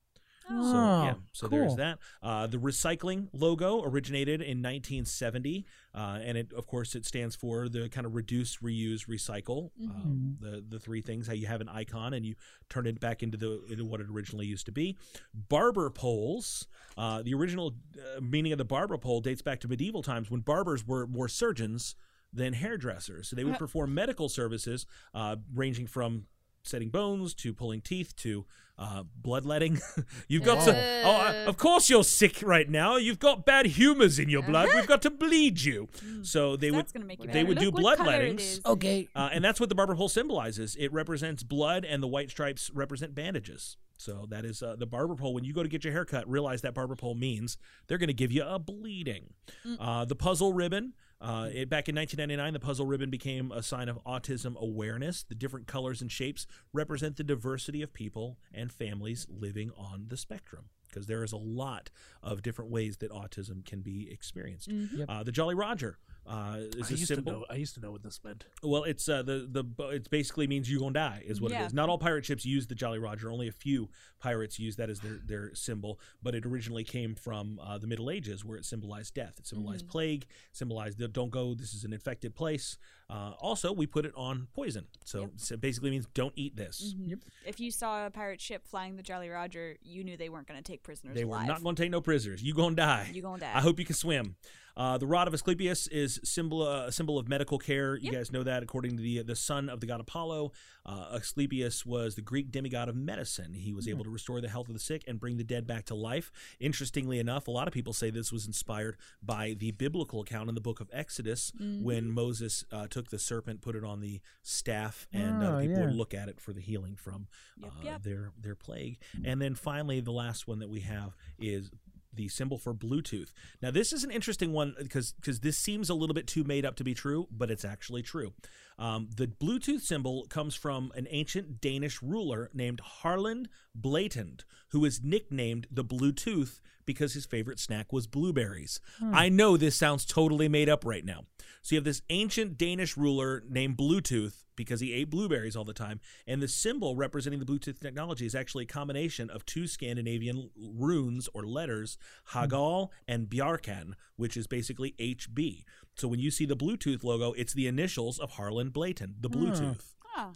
Speaker 6: Oh,
Speaker 1: So, yeah, so there's
Speaker 4: cool.
Speaker 1: that. Uh, the recycling logo originated in 1970, uh, and it, of course, it stands for the kind of reduce, reuse, recycle.
Speaker 4: Mhm.
Speaker 1: Uh, the the three things: how you have an icon and you turn it back into the into what it originally used to be. Barber poles. Uh, the original uh, meaning of the barber pole dates back to medieval times when barbers were more surgeons than hairdressers. So they would perform medical services uh, ranging from setting bones to pulling teeth to uh, bloodletting. You've got some.
Speaker 5: Ugh.
Speaker 1: Oh, uh, of course you're sick right now. You've got bad humors in your blood. We've got to bleed you. So they would
Speaker 6: That's gonna make you
Speaker 1: they
Speaker 6: better.
Speaker 1: would do
Speaker 5: Look what color it
Speaker 1: bloodlettings.
Speaker 5: is.
Speaker 4: Okay.
Speaker 1: Uh, and that's what the barber pole symbolizes. It represents blood, and the white stripes represent bandages. So that is uh, the barber pole. When you go to get your hair cut, realize that barber pole means they're going to give you a bleeding. Uh, the puzzle ribbon. Uh, it, back in 1999, the puzzle ribbon became a sign of autism awareness. The different colors and shapes represent the diversity of people and families living on the spectrum, because there is a lot of different ways that autism can be experienced.
Speaker 4: Yep.
Speaker 1: Uh, the Jolly Roger uh, is
Speaker 3: I
Speaker 1: a
Speaker 3: used
Speaker 1: symbol.
Speaker 3: to know. I used to know what this meant.
Speaker 1: Well, it's uh, the the it basically means you gonna die is what it
Speaker 6: Yeah.
Speaker 1: is. Not all pirate ships use the Jolly Roger. Only a few pirates use that as their their symbol. But it originally came from uh, the Middle Ages, where it symbolized death. It symbolized plague. Symbolized the, don't go. This is an infected place. Uh, also, we put it on poison, so, so it basically means don't eat
Speaker 6: Mm-hmm.
Speaker 1: this.
Speaker 6: If you saw a pirate ship flying the Jolly Roger, you knew they weren't going to take prisoners
Speaker 1: They were
Speaker 6: alive.
Speaker 1: not gonna take no prisoners. You gonna die.
Speaker 6: You gonna die.
Speaker 1: I hope you can swim. Uh, the rod of Asclepius is symbol uh, a symbol of medical care. You guys know that according to the the son of the god Apollo, uh, Asclepius was the Greek demigod of medicine. He was able to restore the health of the sick and bring the dead back to life. Interestingly enough, a lot of people say this was inspired by the biblical account in the book of Exodus when Moses uh, took the serpent, put it on the staff, and uh,
Speaker 4: Oh,
Speaker 1: the people would
Speaker 4: yeah.
Speaker 1: look at it for the healing from uh,
Speaker 6: Yep, yep.
Speaker 1: their their plague. And then finally, the last one that we have is the symbol for Bluetooth. Now, this is an interesting one because because this seems a little bit too made up to be true, but it's actually true. Um, the Bluetooth symbol comes from an ancient Danish ruler named Harland Blatant, who is nicknamed the Bluetooth because his favorite snack was blueberries. I know this sounds totally made up right now. So you have this ancient Danish ruler named Bluetooth because he ate blueberries all the time. And the symbol representing the Bluetooth technology is actually a combination of two Scandinavian runes or letters, Hagal and Bjarkan, which is basically HB. So when you see the Bluetooth logo, it's the initials of Harlan Blayton, the
Speaker 4: Hmm.
Speaker 1: Bluetooth.
Speaker 6: Huh.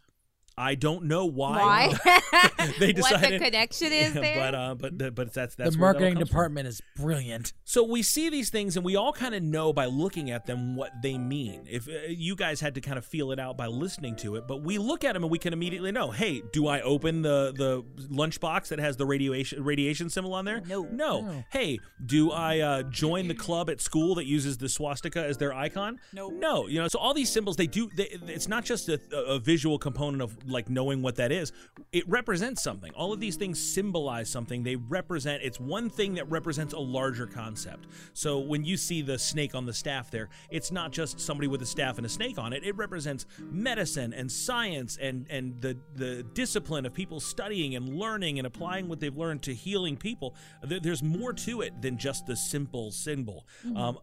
Speaker 1: I don't know why,
Speaker 5: Why?
Speaker 1: they
Speaker 5: what the
Speaker 1: decided.
Speaker 5: connection is there?
Speaker 1: but uh, but the- but that's that's
Speaker 4: the
Speaker 1: where that'll
Speaker 4: marketing
Speaker 1: come from.
Speaker 4: department is brilliant.
Speaker 1: So we see these things, and we all kind of know by looking at them what they mean. If uh, you guys had to kind of feel it out by listening to it, but we look at them and we can immediately know. Hey, do I open the the lunchbox that has the radiation radiation symbol on there?
Speaker 6: No.
Speaker 1: no.
Speaker 4: No.
Speaker 1: Hey, do I uh, join the club at school that uses the swastika as their icon?
Speaker 6: Nope.
Speaker 1: No. You know, so all these symbols they do. They, it's not just a, a visual component of like knowing what that is. It represents something. All of these things symbolize something. They represent. It's one thing that represents a larger concept. So when you see the snake on the staff there, it's not just somebody with a staff and a snake on it. It represents medicine and science and and the the discipline of people studying and learning and applying what they've learned to healing people. There- There's more to it than just the simple symbol. Um,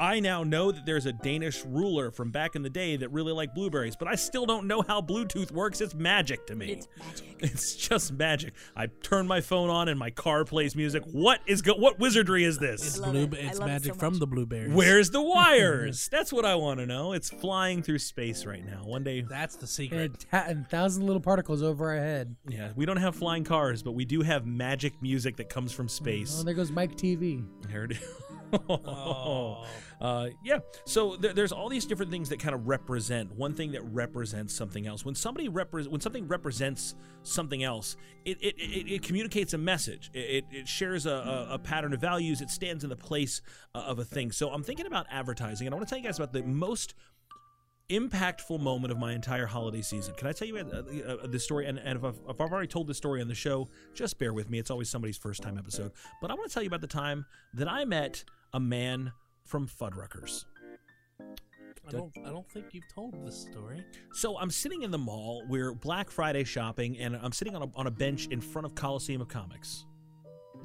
Speaker 1: I now know that there's a Danish ruler from back in the day that really liked blueberries, but I still don't know how Bluetooth works. It's magic to me. It's magic. It's just magic. I turn my phone on and my car plays music. What is go- what wizardry is
Speaker 3: It's
Speaker 1: this?
Speaker 6: love
Speaker 3: blue.
Speaker 6: it. I
Speaker 3: It's
Speaker 6: love it
Speaker 3: magic
Speaker 6: so
Speaker 3: from
Speaker 6: much.
Speaker 3: the blueberries.
Speaker 1: Where's the wires? That's what I want to know. It's flying through space right now. One day,
Speaker 3: That's the secret.
Speaker 4: And, ta- and thousand little particles over our head.
Speaker 1: yeah, we don't have flying cars, but we do have magic music that comes from
Speaker 4: Oh,
Speaker 1: space.
Speaker 4: there goes Mike TV.
Speaker 1: There it is.
Speaker 3: Oh.
Speaker 1: Uh, yeah. So there, there's all these different things that kind of represent one thing that represents something else. When somebody repre- when something represents something else, it it, it, it communicates a message. It, it, it shares a, a, a pattern of values. It stands in the place uh, of a thing. So I'm thinking about advertising, and I want to tell you guys about the most impactful moment of my entire holiday season. Can I tell you uh, uh, this story? And, and if, I've, if I've already told this story on the show, just bear with me. It's always somebody's first time episode. But I want to tell you about the time that I met a man from Fuddruckers.
Speaker 3: I don't. I don't think you've told this story.
Speaker 1: So I'm sitting in the mall. We're Black Friday shopping, and I'm sitting on a, on a bench in front of Coliseum of Comics.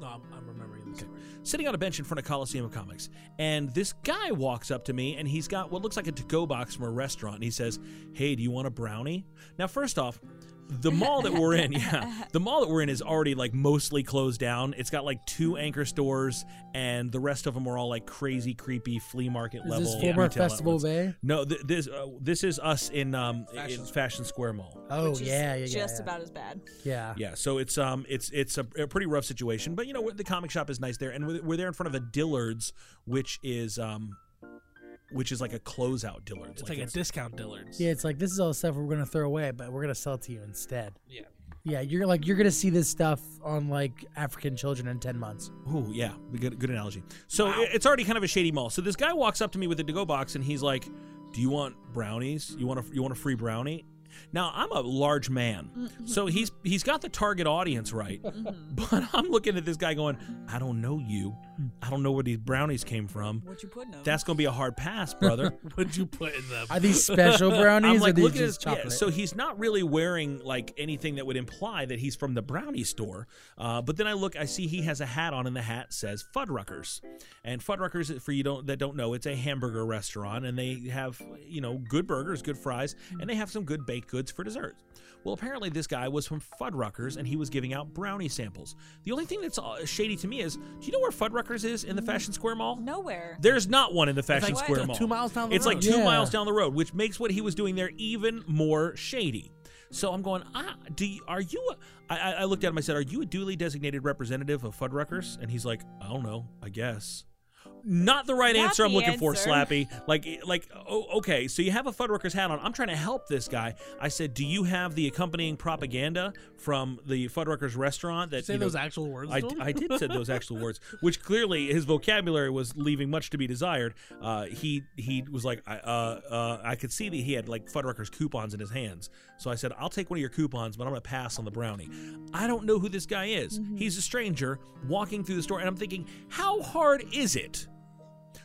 Speaker 3: No, I'm, I'm remembering this story.
Speaker 1: Sitting on a bench in front of Coliseum of Comics, and this guy walks up to me, and he's got what looks like a to-go box from a restaurant, and he says, "Hey, do you want a brownie?" Now, first off, the mall that we're in, yeah, the mall that we're in is already like mostly closed down. It's got like
Speaker 4: Mm-hmm.
Speaker 1: two anchor stores, and the rest of them are all like crazy, creepy flea market
Speaker 4: Is
Speaker 1: level.
Speaker 4: this former
Speaker 1: retail
Speaker 4: Festival
Speaker 1: outlets.
Speaker 4: Bay?
Speaker 1: No, th- this uh, this is us in um
Speaker 3: Fashion
Speaker 1: in
Speaker 3: Square.
Speaker 1: Fashion Square Mall.
Speaker 4: Oh
Speaker 6: which is
Speaker 4: yeah, yeah, yeah.
Speaker 6: just
Speaker 4: yeah.
Speaker 6: about as bad.
Speaker 4: Yeah.
Speaker 1: Yeah, so it's um it's it's a, a pretty rough situation, but you know the comic shop is nice there, and we're, we're there in front of a Dillard's, which is um, which is like a closeout Dillard's.
Speaker 3: It's like, a
Speaker 1: it's-
Speaker 3: discount Dillard's.
Speaker 4: Yeah, it's like this is all stuff we're gonna throw away, but we're gonna sell it to you instead.
Speaker 3: Yeah.
Speaker 4: Yeah, you're like you're gonna see this stuff on like African children in ten months.
Speaker 1: Ooh, yeah, good, good analogy. So it- it's already kind of a shady mall. So this guy walks up to me with a to-go box, and he's like, "Do you want brownies? You want a you want a free brownie?" Now I'm a large man,
Speaker 3: Mm-hmm.
Speaker 1: so he's he's got the target audience right, but I'm looking at this guy going, "I don't know you. I don't know where these brownies came from.
Speaker 6: What you put in
Speaker 1: That's gonna be a hard pass, brother."
Speaker 3: What'd you put in them?
Speaker 4: Are these special brownies
Speaker 1: I'm like,
Speaker 4: or are
Speaker 1: look
Speaker 4: these
Speaker 1: at his,
Speaker 4: just
Speaker 1: yeah,
Speaker 4: chocolate?
Speaker 1: so he's not really wearing like anything that would imply that he's from the brownie store. Uh, but then I look, I see he has a hat on, and the hat says Fuddruckers. And Fuddruckers, for you don't that don't know, it's a hamburger restaurant, and they have you know good burgers, good fries, and they have some good baked goods for dessert. Well, apparently this guy was from Fuddruckers, and he was giving out brownie samples. The only thing that's uh, shady to me is, do you know where Fuddruckers is in the Fashion Square Mall?
Speaker 6: Nowhere.
Speaker 1: There's not one in the Fashion
Speaker 3: like
Speaker 1: Square
Speaker 3: two-
Speaker 1: Mall.
Speaker 3: two miles down the
Speaker 1: It's like
Speaker 3: road.
Speaker 1: two
Speaker 4: Yeah.
Speaker 1: miles down the road, which makes what he was doing there even more shady. So I'm going, ah, do you, are you? A, I, I I looked at him. I said, "Are you a duly designated representative of Fuddruckers?" And he's like, "I don't know. I guess." Not the right
Speaker 6: Not
Speaker 1: answer I'm
Speaker 6: the
Speaker 1: looking for,
Speaker 6: answer.
Speaker 1: Slappy. Like, like, oh, okay. So you have a Fuddruckers hat on. I'm trying to help this guy. I said, "Do you have the accompanying propaganda from the Fuddruckers restaurant that
Speaker 3: Say
Speaker 1: you know,
Speaker 3: those actual words.
Speaker 1: I,
Speaker 3: to him?
Speaker 1: I did said those actual words, which clearly his vocabulary was leaving much to be desired. Uh, he he was like, I, uh, uh, I could see that he had like Fuddruckers coupons in his hands. So I said, I'll take one of your coupons, but I'm gonna pass on the brownie. I don't know who this guy is. He's a stranger walking through the store, and I'm thinking, how hard is it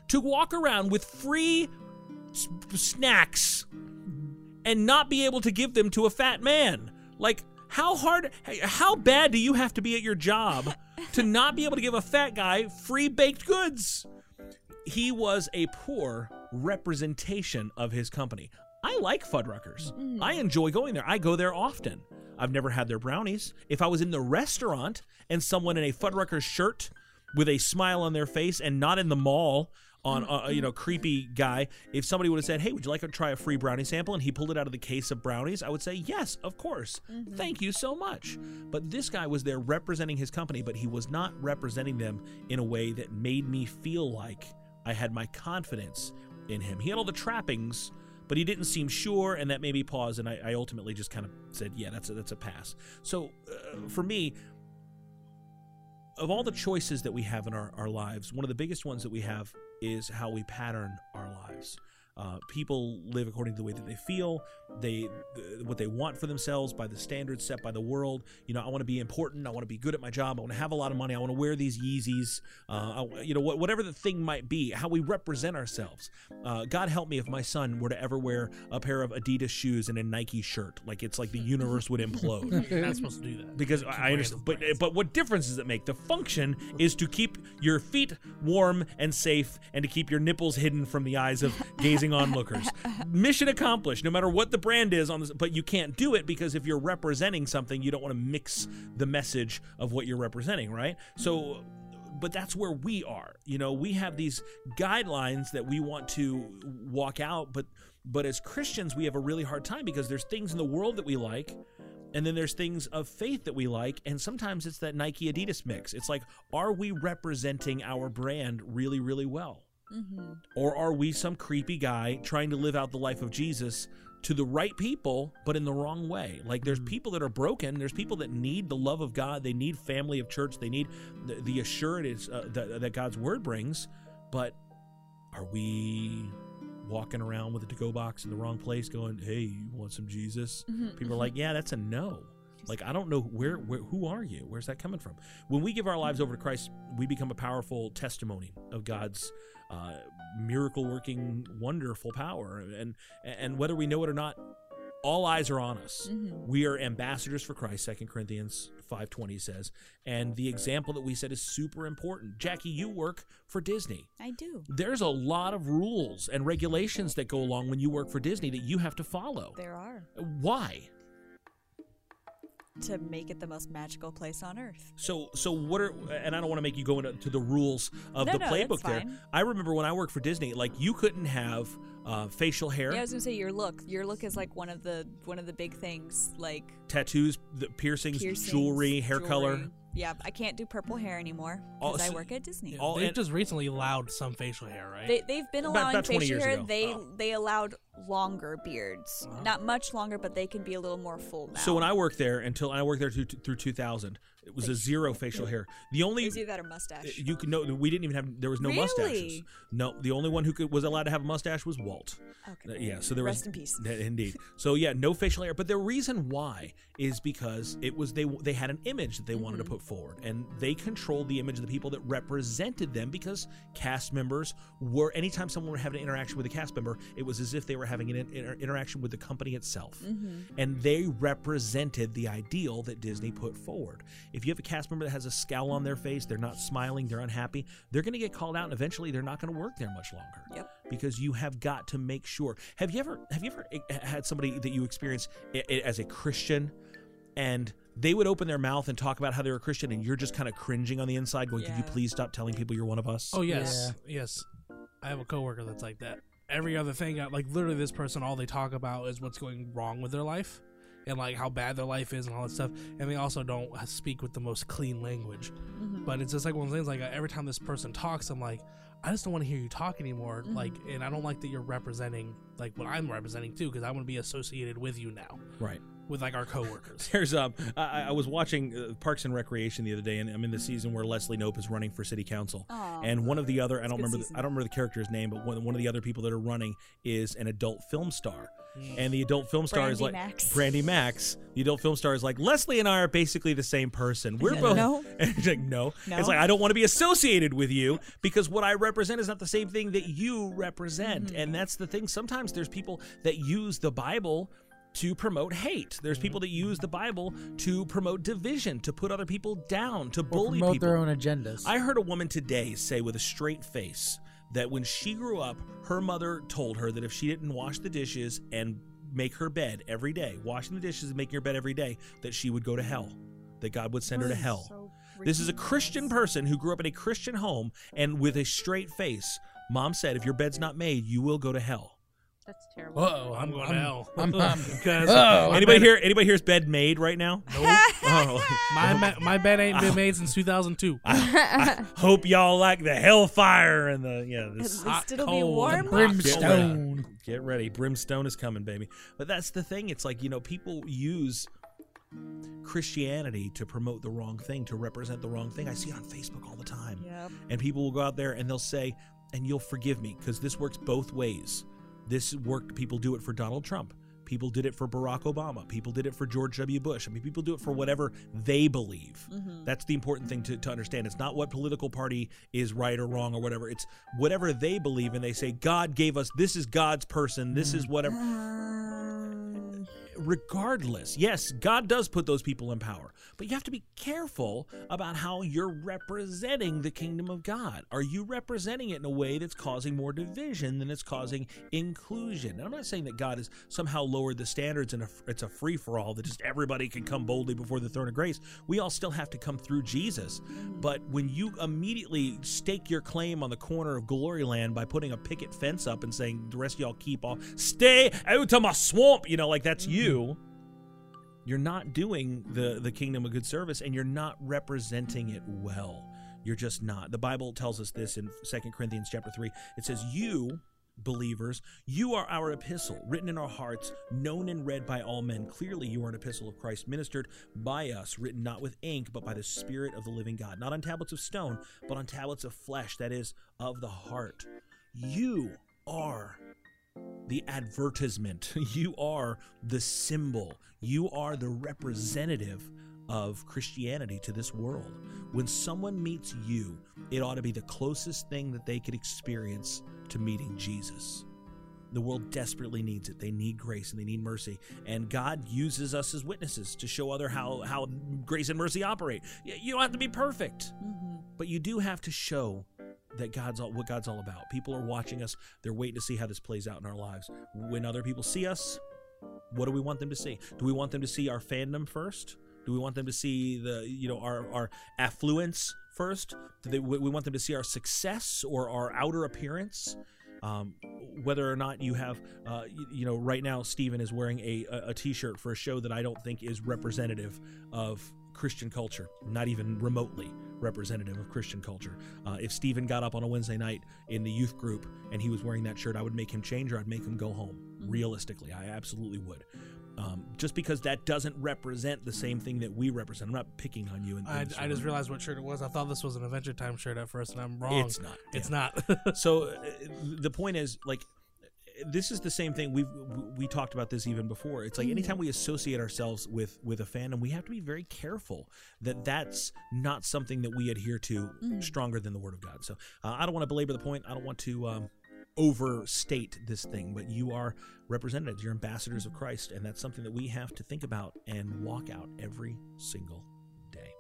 Speaker 1: to walk around with free s- snacks? and not be able to give them to a fat man? Like, how hard, how bad do you have to be at your job to not be able to give a fat guy free baked goods? He was a poor representation of his company. I like Fuddruckers. I enjoy going there. I go there often. I've never had their brownies. If I was in the restaurant and someone in a Fuddruckers shirt with a smile on their face and not in the mall on uh, you know creepy guy if somebody would have said hey would you like to try a free brownie sample and he pulled it out of the case of brownies i would say yes of course thank you so much but this guy was there representing his company but he was not representing them in a way that made me feel like i had my confidence in him he had all the trappings but he didn't seem sure, and that made me pause. And I, I ultimately just kind of said, "Yeah, that's a, that's a pass." So uh, for me, of all the choices that we have in our, our lives, one of the biggest ones that we have is how we pattern our lives. Uh, people live according to the way that they feel, they th- what they want for themselves by the standards set by the world. You know, I want to be important. I want to be good at my job. I want to have a lot of money. I want to wear these Yeezys. Uh, I, you know, wh- whatever the thing might be, how we represent ourselves. Uh, God help me if my son were to ever wear a pair of Adidas shoes and a Nike shirt. Like it's like the universe would implode
Speaker 3: You're not supposed to do that.
Speaker 1: because
Speaker 3: Keep
Speaker 1: I
Speaker 3: wearing
Speaker 1: understand.
Speaker 3: those
Speaker 1: But
Speaker 3: brands.
Speaker 1: but what difference does it make? The function is to keep your feet warm and safe, and to keep your nipples hidden from the eyes of gazing onlookers. Mission accomplished. No matter what the brand is on this, but you can't do it because if you're representing something, you don't want to mix the message of what you're representing, right? So. But that's where we are. You know, we have these guidelines that we want to walk out, but but as Christians, we have a really hard time because there's things in the world that we like And then there's things of faith that we like, and sometimes it's that Nike Adidas mix. It's like, are we representing our brand really, really well?
Speaker 6: Mm-hmm.
Speaker 1: Or are we some creepy guy trying to live out the life of Jesus to the right people, but in the wrong way? Like, there's people that are broken. There's people that need the love of God. They need family of church. They need the, the assurance uh, that, that God's word brings. But are we walking around with a to go box in the wrong place going, hey, you want some Jesus? People are like, yeah, that's a no. Like, I don't know where, where, who are you? Where's that coming from? When we give our lives over to Christ, we become a powerful testimony of God's uh, miracle working, wonderful power. And, and whether we know it or not, all eyes are on us. We are ambassadors for Christ, 2 Corinthians 5.20 says. And the example that we set is super important. Jackie, you work for Disney
Speaker 6: I do.
Speaker 1: there's a lot of rules and regulations that go along when you work for Disney that you have to follow.
Speaker 6: There are.
Speaker 1: Why?
Speaker 6: To make it the most magical place on earth.
Speaker 1: So, so what are? And I don't want to make you go into to the rules of
Speaker 6: No,
Speaker 1: the
Speaker 6: no,
Speaker 1: playbook
Speaker 6: that's
Speaker 1: there.
Speaker 6: fine.
Speaker 1: I remember when I worked for Disney, like you couldn't have uh, facial hair,
Speaker 6: Yeah, I was gonna say your look. Your look is like one of the one of the big things. Like
Speaker 1: tattoos, the piercings,
Speaker 6: piercings,
Speaker 1: jewelry, hair color.
Speaker 6: jewelry. Yeah, I can't do purple hair anymore
Speaker 1: Oh,
Speaker 6: because I
Speaker 1: so-
Speaker 6: work at Disney.
Speaker 1: All-
Speaker 3: They've
Speaker 1: and-
Speaker 3: just recently allowed some facial hair, right?
Speaker 6: They, they've been
Speaker 1: About-
Speaker 6: allowing
Speaker 1: about 20
Speaker 6: facial
Speaker 1: years
Speaker 6: hair.
Speaker 1: ago.
Speaker 6: They
Speaker 1: Oh.
Speaker 6: they allowed longer beards, not much longer, but they can be a little more full now.
Speaker 1: So when I worked there until I worked there through, through 2000, it was a zero facial hair. The
Speaker 6: It
Speaker 1: only uh,
Speaker 6: was either that or mustache.
Speaker 1: You could no. We didn't even have. There was no mustaches.
Speaker 6: Really?
Speaker 1: No, the only one who could, was allowed to have a mustache was Walt.
Speaker 6: Okay.
Speaker 1: Uh, Yeah. So there was.
Speaker 6: Rest in peace.
Speaker 1: Yeah, Indeed. So yeah, no facial hair. But the reason why is because it was they they had an image that they wanted to put forward, and they controlled the image of the people that represented them because cast members were. Anytime someone would have an interaction with a cast member, it was as if they were having an inter- interaction with the company itself and they represented the ideal that Disney put forward. If you have a cast member that has a scowl on their face, they're not smiling, they're unhappy, they're going to get called out and eventually they're not going to work there much longer.
Speaker 6: Yep.
Speaker 1: Because you have got to make sure. Have you ever have you ever eh, had somebody that you experienced i- i- as a Christian and they would open their mouth and talk about how they were a Christian and you're just kind of cringing on the inside going, "Could you
Speaker 6: Yeah.
Speaker 1: please stop telling people you're one of us?"
Speaker 3: Oh yes, yes. I have a coworker that's like that. Every other thing, I- like literally, this person, all they talk about is what's going wrong with their life, and like how bad their life is and all that stuff. And they also don't speak with the most clean language.
Speaker 4: Mm-hmm.
Speaker 3: But it's just like one of those things. Like uh, every time this person talks, I'm like, I just don't want to hear you talk anymore.
Speaker 4: Mm-hmm.
Speaker 3: Like, and I don't like that you're representing like what I'm representing too, because I want to be associated with you now,
Speaker 1: Right.
Speaker 3: with like our coworkers.
Speaker 1: There's um, I, I was watching uh, Parks and Recreation the other day, and I'm in the season where Leslie Nope is running for city council,
Speaker 6: Aw.
Speaker 1: and one of the other I don't
Speaker 6: good
Speaker 1: remember the,
Speaker 6: season.
Speaker 1: I don't remember the character's name, but one, one of the other people that are running is an adult film star, and the adult film star is like
Speaker 6: Brandy Mm. Max.
Speaker 1: Brandy Max. The adult film star is like Leslie and I are basically the same person. We're both
Speaker 6: No.
Speaker 1: and it's like no.
Speaker 6: No.
Speaker 1: it's like I don't want to be associated with you because what I represent is not the same thing that you represent,
Speaker 6: Mm-hmm.
Speaker 1: and that's the thing. Sometimes there's people that use the Bible to promote hate.
Speaker 4: Mm-hmm.
Speaker 1: There's people that use the Bible to promote division, to put other people down, to
Speaker 4: Or
Speaker 1: bully
Speaker 4: promote
Speaker 1: people.
Speaker 4: their own agendas.
Speaker 1: I heard a woman today say with a straight face that when she grew up, her mother told her that if she didn't wash the dishes and make her bed every day, washing the dishes and making her bed every day, that she would go to hell, that God would send her to hell. this is a Christian person who grew up in a Christian home and with a straight face. Mom said, if your bed's not made, you will go to hell.
Speaker 5: That's terrible.
Speaker 3: Whoa, I'm going to hell.
Speaker 4: I'm- I'm-
Speaker 3: 'Cause
Speaker 4: Oh,
Speaker 3: my
Speaker 1: Anybody
Speaker 3: bed-
Speaker 1: here anybody here's bed made right now? oh.
Speaker 3: My ma- my bed ain't been made since 2002.
Speaker 1: I hope y'all like the hellfire and the yeah,
Speaker 6: At
Speaker 1: this
Speaker 6: least
Speaker 3: hot,
Speaker 6: it'll be
Speaker 3: cold,
Speaker 6: warm.
Speaker 3: and rock.
Speaker 4: Brimstone.
Speaker 1: Get ready. Brimstone is coming, baby. But that's the thing. It's like, you know, people use Christianity to promote the wrong thing, to represent the wrong thing. I see it on Facebook all the time.
Speaker 6: Yep.
Speaker 1: And people will go out there and they'll say, and you'll forgive me, because this works both ways. This worked, people do it for Donald Trump. People did it for Barack Obama. People did it for George W. Bush. I mean, people do it for whatever they believe. That's the important thing to, to understand. It's not what political party is right or wrong or whatever. It's whatever they believe, and they say, God gave us, this is God's person, this is whatever
Speaker 6: Um,
Speaker 1: regardless. Yes, God does put those people in power, but you have to be careful about how you're representing the kingdom of God. Are you representing it in a way that's causing more division than it's causing inclusion? And I'm not saying that God has somehow lowered the standards and a- it's a free for all that just everybody can come boldly before the throne of grace. We all still have to come through Jesus. But when you immediately stake your claim on the corner of glory land by putting a picket fence up and saying, the rest of y'all keep off, stay out of my swamp, you know, like that's you, you're not doing the the kingdom a good service and you're not representing it well you're just not the bible tells us this in 2 corinthians chapter 3 it says you believers you are our epistle written in our hearts known and read by all men clearly you are an epistle of christ ministered by us written not with ink but by the spirit of the living god not on tablets of stone but on tablets of flesh that is of the heart you are the advertisement. You are the symbol. You are the representative of Christianity to this world. When someone meets you, it ought to be the closest thing that they could experience to meeting Jesus. The world desperately needs it. They need grace and they need mercy. And God uses us as witnesses to show other how, how grace and mercy operate. Y- You don't have to be perfect, but you do have to show that God's all, what God's all about. People are watching us. They're waiting to see how this plays out in our lives. When other people see us, what do we want them to see? Do we want them to see our fandom first? Do we want them to see the you know our our affluence first? Do they, we we want them to see our success or our outer appearance? Um, whether or not you have, uh, you, you know, right now Steven is wearing a, a a t-shirt for a show that I don't think is representative of Christian culture, not even remotely representative of Christian culture. Uh, if Steven got up on a Wednesday night in the youth group and he was wearing that shirt, I would make him change or I'd make him go home.
Speaker 3: Mm-hmm.
Speaker 1: Realistically, I absolutely would. Um, just because that doesn't represent the same thing that we represent. I'm not picking on you. In, in
Speaker 3: I,
Speaker 1: this
Speaker 3: I just
Speaker 1: regard.
Speaker 3: realized what shirt it was. I thought this was an Adventure Time shirt at first, and I'm wrong.
Speaker 1: It's not.
Speaker 3: It's
Speaker 1: Yeah.
Speaker 3: not.
Speaker 1: so uh, the point is like this is the same thing we've we- we talked about this even before it's like anytime we associate ourselves with with a fandom we have to be very careful that that's not something that we adhere to stronger than the word of god so uh, i don't want to belabor the point i don't want to um overstate this thing but you are representatives you're ambassadors of christ and that's something that we have to think about and walk out every single day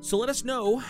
Speaker 1: so let us know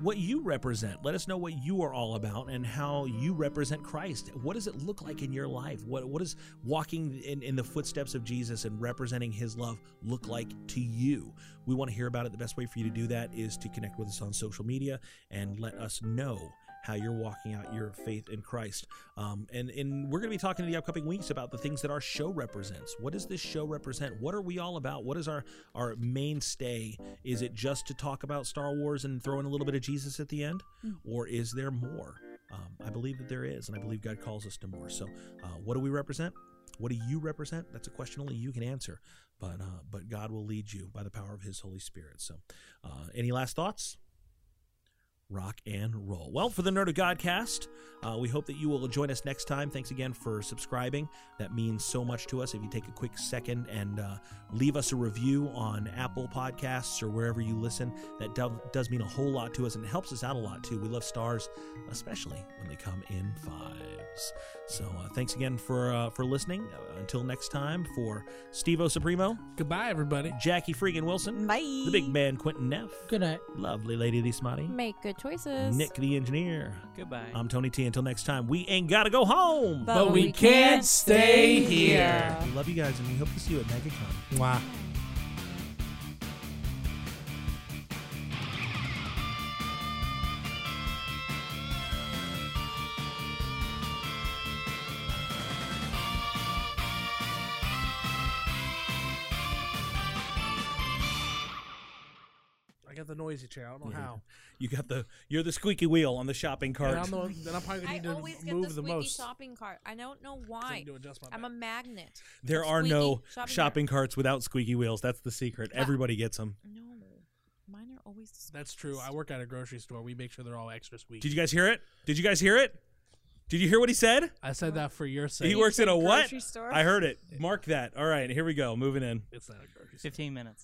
Speaker 1: what you represent. Let us know what you are all about and how you represent Christ. What does it look like in your life? What what is walking in, in the footsteps of Jesus and representing his love look like to you? We want to hear about it. The best way for you to do that is to connect with us on social media and let us know how you're walking out your faith in Christ. Um, and, and we're going to be talking in the upcoming weeks about the things that our show represents. What does this show represent? What are we all about? What is our, our mainstay? Is it just to talk about Star Wars and throw in a little bit of Jesus at the end? Or is there more? Um, I believe that there is, and I believe God calls us to more. So, uh, what do we represent? What do you represent? That's a question only you can answer, but uh, but God will lead you by the power of His Holy Spirit. So, uh, any last thoughts? rock and roll. Well, for the Nerd of Godcast, uh, we hope that you will join us next time. Thanks again for subscribing. That means so much to us. If you take a quick second and uh, leave us a review on Apple Podcasts or wherever you listen, that do- does mean a whole lot to us and it helps us out a lot too. We love stars, especially when they come in fives. So uh, thanks again for uh, for listening. Uh, until next time, for Stevo Supremo,
Speaker 3: Goodbye, everybody.
Speaker 1: Jackie Freegan Wilson,
Speaker 6: Bye.
Speaker 1: the big man Quentin Neff,
Speaker 4: Good night.
Speaker 1: lovely lady Lee Smotty.
Speaker 5: Make good choices.
Speaker 1: Nick the engineer.
Speaker 7: Goodbye.
Speaker 1: I'm Tony T. Until next time, we ain't gotta go home.
Speaker 3: But we can't stay here.
Speaker 1: We love you guys, and we hope to see you at MegaCon.
Speaker 3: Wow. I got the noisy chair. I don't know
Speaker 1: Yeah.
Speaker 3: how.
Speaker 1: You got the you're the squeaky wheel on the shopping Mm-hmm. cart.
Speaker 3: And I'm, the, one- then I'm probably
Speaker 8: I
Speaker 3: going to
Speaker 8: always
Speaker 3: need
Speaker 8: get
Speaker 3: to
Speaker 8: the
Speaker 3: move the
Speaker 8: squeaky
Speaker 3: most.
Speaker 8: shopping cart. I don't know
Speaker 3: I
Speaker 8: why.
Speaker 3: need to adjust my
Speaker 8: I'm a
Speaker 3: back.
Speaker 8: magnet.
Speaker 1: there are no
Speaker 8: Squeaky
Speaker 1: shopping,
Speaker 8: shopping
Speaker 1: carts without squeaky wheels. That's the secret.
Speaker 8: Wow.
Speaker 1: Everybody gets them.
Speaker 8: No, mine are always. the
Speaker 3: That's true. I work at a grocery store. We make sure they're all extra sweet.
Speaker 1: Did you guys hear it? Did you guys hear it? Did you hear what he said?
Speaker 3: I said that for your sake.
Speaker 1: He works in a what?
Speaker 6: Grocery store?
Speaker 1: I heard it. Mark that. All right, here we go. Moving in.
Speaker 3: it's not a grocery store.
Speaker 7: Fifteen minutes.